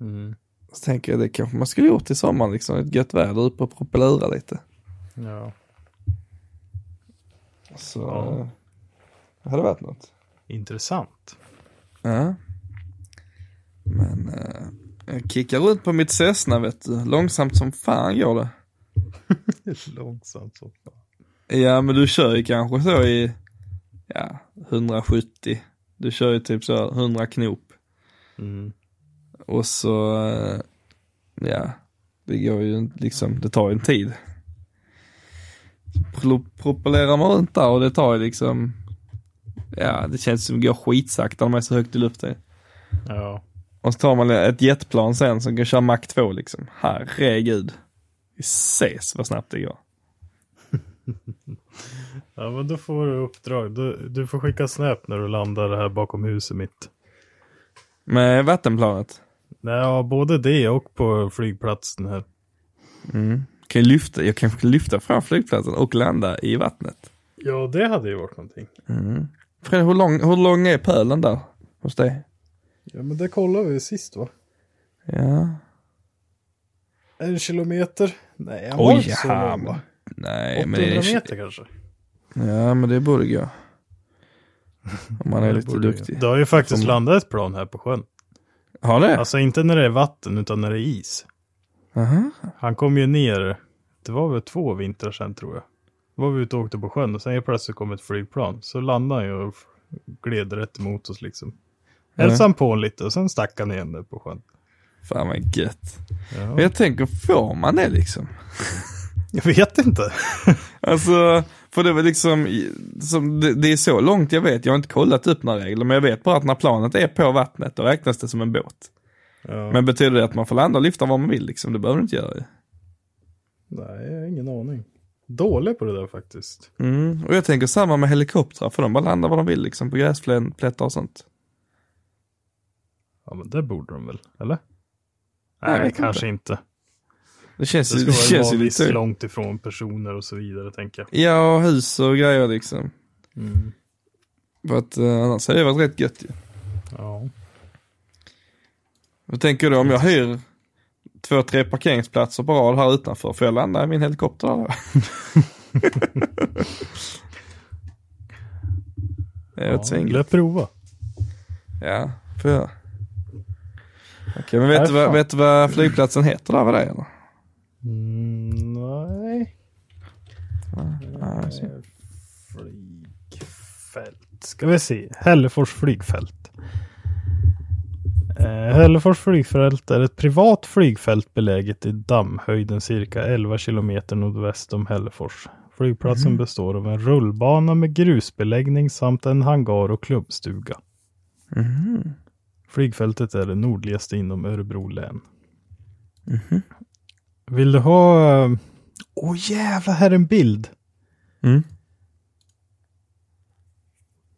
Mm. Så tänker jag det kanske man skulle gjort i sommar liksom, ett gött väder, upp och propellera lite. Ja. Så, eh, Ja. det hade varit något. Intressant. Ja. Men eh, jag kickar runt på mitt Cessna vet du. Långsamt som fan går det. Långsamt så. Ja men du kör ju kanske så i, ja 170. Du kör ju typ så här 100 knop. Mm. Och så, eh, ja det går ju en- liksom, det tar ju en tid. Pro- propellerar man runt där och det tar ju liksom, ja det känns som det går skitsakta när man är så högt i luften. Ja. Och så tar man ett jetplan sen som kan köra Mach 2 liksom. Herregud. Vi ses vad snabbt det går. Ja men då får du uppdrag. Du, du får skicka snap när du landar här bakom huset mitt. Med vattenplanet. Nej, ja, både det och på flygplatsen här. Kan jag, lyfta, jag kanske kan lyfta fram flygplatsen och landa i vattnet. Ja det hade ju varit någonting. Fred, hur lång, hur lång är pölen där hos dig? Ja men det kollade vi sist va? Ja. En kilometer? Nej han var Oj, inte så ja, lång men- va? Nej, 800 men det är, meter kanske? Ja, men det borde *laughs* gå. Om man är lite borde ju- duktig. Det har ju faktiskt Som- landat ett plan här på sjön. Har det? *laughs* Alltså inte när det är vatten utan när det är is. Aha. Han kom ju ner, det var väl två vintrar sedan tror jag. Då var vi ute och åkte på sjön och sen helt plötsligt kom ett flygplan. Så landade han ju och f- gled rätt emot oss liksom. Hälsade han på lite och sen stack han igen där på sjön. Fan vad gött. Ja. Men jag tänker, får man det liksom? Jag vet inte. *laughs* Alltså, för det var liksom, som, det, det är så långt jag vet, jag har inte kollat upp några regler, men jag vet bara att när planet är på vattnet då räknas det som en båt. Ja. Men betyder det att man får landa och lyfta vad man vill liksom? Det behöver du inte göra ju. Nej, jag har ingen aning. Dålig på det där faktiskt. mm. Och jag tänker samma med helikoptrar, för de bara landar vad de vill liksom på gräsplättar och sånt. Ja men det borde de väl, eller? jag Nej, vet kanske inte. *laughs* Det känns, Det ju ska det väl känns vara ju visst lite... långt ifrån personer och så vidare tänker jag. Ja, och hus och grejer liksom. Mm. För att eh, annars hade det varit rätt gött ju. Ja. Vad tänker du om jag hyr två, tre parkeringsplatser på rad här utanför, får jag landa i min helikopter *laughs* då? Det är ett ja. svingel. Lär prova. Ja, får jag. Okej, men vet Nej, du, vad, fan. vet du vad flygplatsen heter där? Vad det är? Eller? Mm, nej. Ja, jag ser. Flygfält. Eh, Ska vi se. Hällefors flygfält. Eh, Hällefors flygfält är ett privat flygfält beläget i dammhöjden cirka 11 kilometer nordväst om Hällefors. Flygplatsen består av en rullbana med grusbeläggning samt en hangar och klubbstuga. Mhm. Flygfältet är det nordligaste inom Örebro län. Mhm. Vill du ha... eh, Åh oh, jävlar, här är en bild. Mm.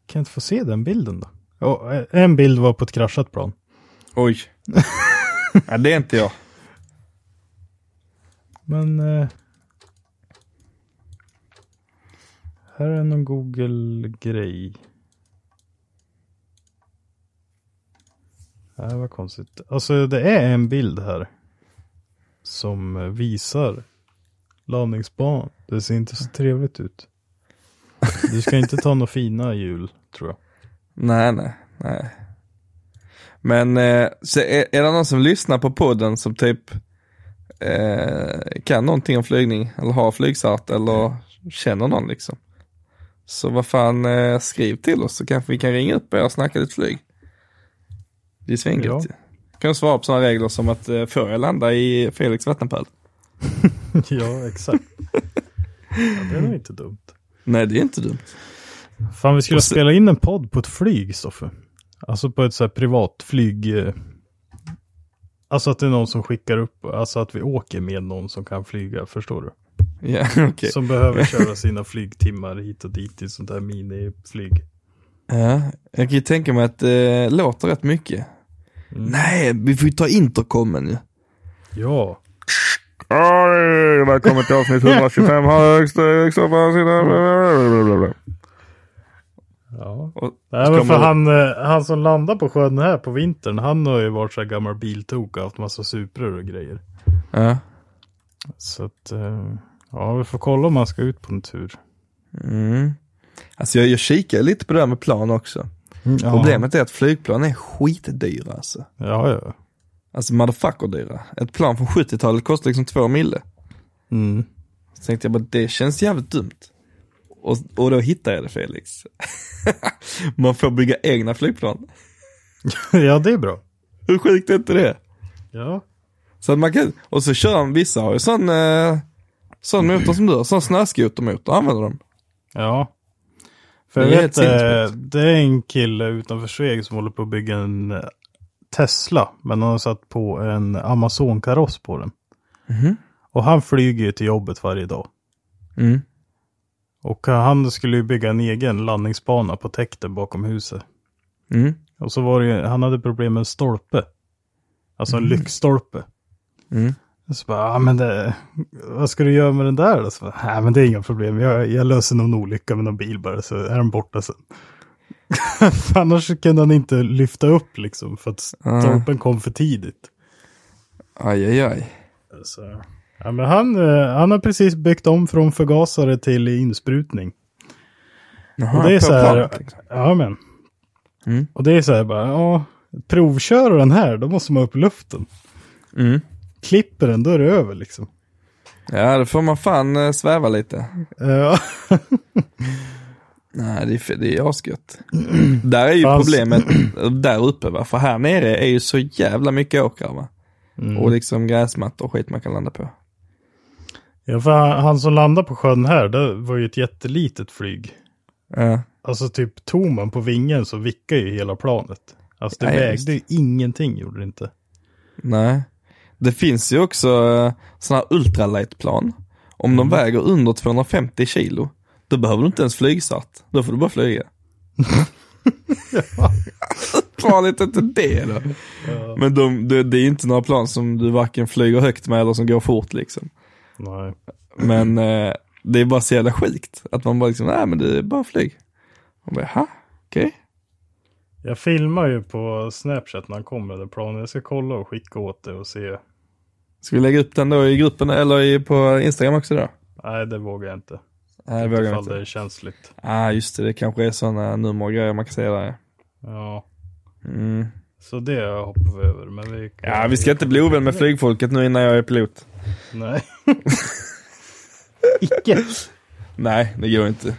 Kan jag inte få se den bilden då? Ja, eh, en bild var på ett kraschat plan. *laughs* Oj. ja, det är inte jag. Men... Eh, här är någon Google-grej. Nej, vad konstigt. Alltså det är en bild här. Som eh, visar landningsbanan. Det ser inte så trevligt ut. Du ska inte ta några fina hjul, tror jag. *laughs* Nej, nej, nej. Men eh, så är, är det någon som lyssnar på podden som typ eh, kan någonting om flygning eller har flygsart eller känner någon liksom? Så vad fan, eh, skriv till oss så kanske vi kan ringa upp er och snacka lite flyg. Det är Ja. svinget. Kan du svara på sådana regler som att eh, får jag landa i Felix vattenpöl? ja, exakt. Ja, det är nog inte dumt. Nej, det är inte dumt. Fan, vi skulle Och så- spela in en podd på ett flyg, Stoffe. Alltså på ett så här privat flyg. eh, Alltså att det är någon som skickar upp, alltså att vi åker med någon som kan flyga, förstår du? Ja, *laughs* okej. Som behöver köra sina flygtimmar hit och dit i sånt här miniflyg. Ja, jag kan ju tänka mig att det låter rätt mycket. Nej, vi får ju ta intercomen ju. Ja, Oj, välkommen till avsnitt 125 högst ja. Och Nej, ska men för man- han, eh, han som landar på sjön här på vintern, han har ju varit så här gammal biltok och haft massa supror och grejer. Ja. Så att, eh, ja, vi får kolla om han ska ut på en tur. Mm. Alltså jag, jag kikar lite på det här med plan också. Ja. Problemet är att flygplan är skitdyra alltså. Ja, ja. *laughs* Alltså motherfucker dyra. Ett plan från 70-talet kostar liksom två mille. Mm. Så tänkte jag bara, det känns jävligt dumt. Och, och då hittade jag det Felix. *laughs* Man får bygga egna flygplan. ja, det är bra. Hur sjukt är inte det? Ja. Så att man kan, och så kör de, vissa har ju sån, eh, sån motor som du har, sån snöskotermotor använder de. Ja. För Det jag är helt vet, eh, sinnessjukt. det är en kille utanför Sveg som håller på att bygga en eh, Tesla. Men han har satt på en Amazon-kaross på den. Mhm. Och han flyger ju till jobbet varje dag. Mm. Och eh, han skulle ju bygga en egen landningsbana på täkten bakom huset. Mm. Och så var det ju, han hade problem med en stolpe. Alltså en lyktstolpe. Mm. Så bara, ah, men det, vad ska du göra med den där då? Så bara, nej men det är inga problem, jag, jag löser någon olycka med någon bil bara så är den borta sen. *laughs* För Annars kunde han inte lyfta upp liksom för att stolpen kom för tidigt. Aj, aj, aj. Så. Ja, men han, eh, han har precis byggt om från förgasare till insprutning. Jaha, Och det är på så här, planet, liksom. ja men. Mm. Och det är så här bara, ja, provköra den här, då måste man upp i luften. Mm. Klipper den, då är det över liksom. Ja, då får man fan eh, sväva lite. *laughs* Ja, Nej, det är, för- det är *clears throat* asgött. där är ju Fanns- problemet *clears throat* där uppe va, för här nere är ju så jävla mycket åkrar va. Mm. Och liksom gräsmattor och skit man kan landa på. ja för han, han som landade på sjön här, det var ju ett jättelitet flyg. Ja, Alltså typ tog man på vingen så vickade ju hela planet. Alltså det Ja, ja, vägde ju ingenting, gjorde det inte. nej. Det finns ju också sådana här ultralightplan. Om de väger under 250 kilo, då behöver du inte ens flygstart. Då får du bara flyga. *laughs* Farligt inte det då. Men de, det, det är inte några plan som du varken flyger högt med eller som går fort liksom. Nej. Men eh, det är bara så jävla sjukt. Att man bara liksom, nej men det är bara flyg. Man bara, ha? Okej. Jag filmar ju på Snapchat när han kom med det planet. Jag ska kolla och skicka åt det och se. Ska vi lägga upp den då i gruppen eller i, på Instagram också då? Nej, det vågar jag inte. Nej, det vågar jag Ifall inte. det är känsligt. Ah, just det. Det kanske är sådana nummer och grejer man kan säga där. Ja. Mm. Så det hoppar vi över. Men vi kan... Ja, vi ska inte bli ovän med flygfolket nu innan jag är pilot. *laughs* Nej. Icke. *laughs* Nej, det går inte.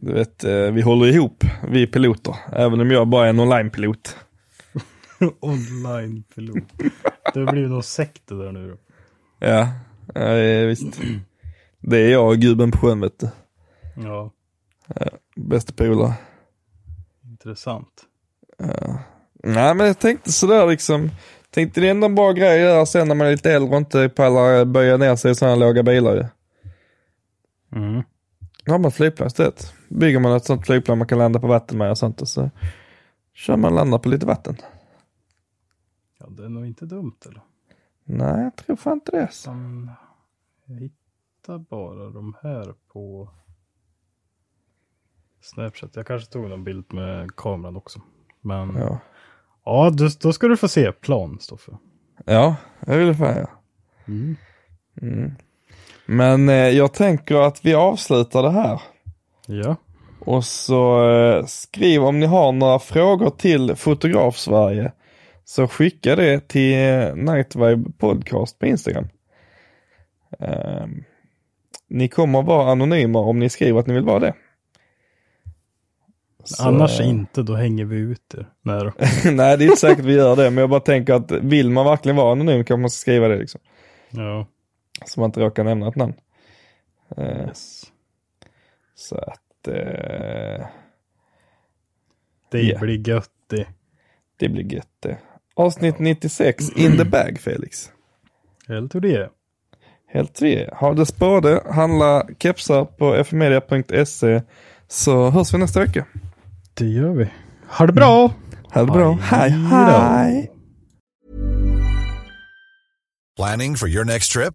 Du vet, eh, vi håller ihop, vi piloter. Även om jag bara är en online-pilot. Online-pilot. Det blir ju någon sekt det där nu då. Ja, ja det är visst. *clears throat* Det är jag och gubben på sjön vet du. Ja, Bästa polare. intressant. Nej men jag tänkte sådär liksom. Tänkte det är ändå en bra grej att göra sen när man är lite äldre och inte pallar böja ner sig i sådana låga bilar ju. Mm. Då har man ett flygplan istället. Bygger man ett sånt flygplan man kan landa på vatten med och sånt och så kör man och landar på lite vatten. Ja, det är nog inte dumt eller? Nej, jag tror fan inte det. alltså. Som... Jag hittar bara de här på Snapchat. Jag kanske tog någon bild med kameran också. Men ja, Ja, då, då ska du få se plan, Stoffe. ja jag vill fan ja. Mm. Men eh, jag tänker att vi avslutar det här. Ja. Och så eh, skriv om ni har några frågor till Fotograf Sverige. Så skicka det till eh, Nightvibe Podcast på Instagram. Ehm, Ni kommer vara anonyma om ni skriver att ni vill vara det. Så- Annars inte, då hänger vi ut er. Nej då. *laughs* Nej, det är inte säkert vi gör det, men jag bara tänker att vill man verkligen vara anonym kan man skriva det liksom. *laughs* Ja. Så man inte råkar nämna ett namn. Eh, Yes. så att eh, Det Yeah. blir gött det. det blir gött det. Avsnitt 96, in the bag Felix. Helt hur det är. Helt vi. Har du spåde, handla kepsar på fmedia.se så hörs vi nästa vecka. Det gör vi. Ha det bra! Ha det bra. Hej, hej. Planning for your next trip?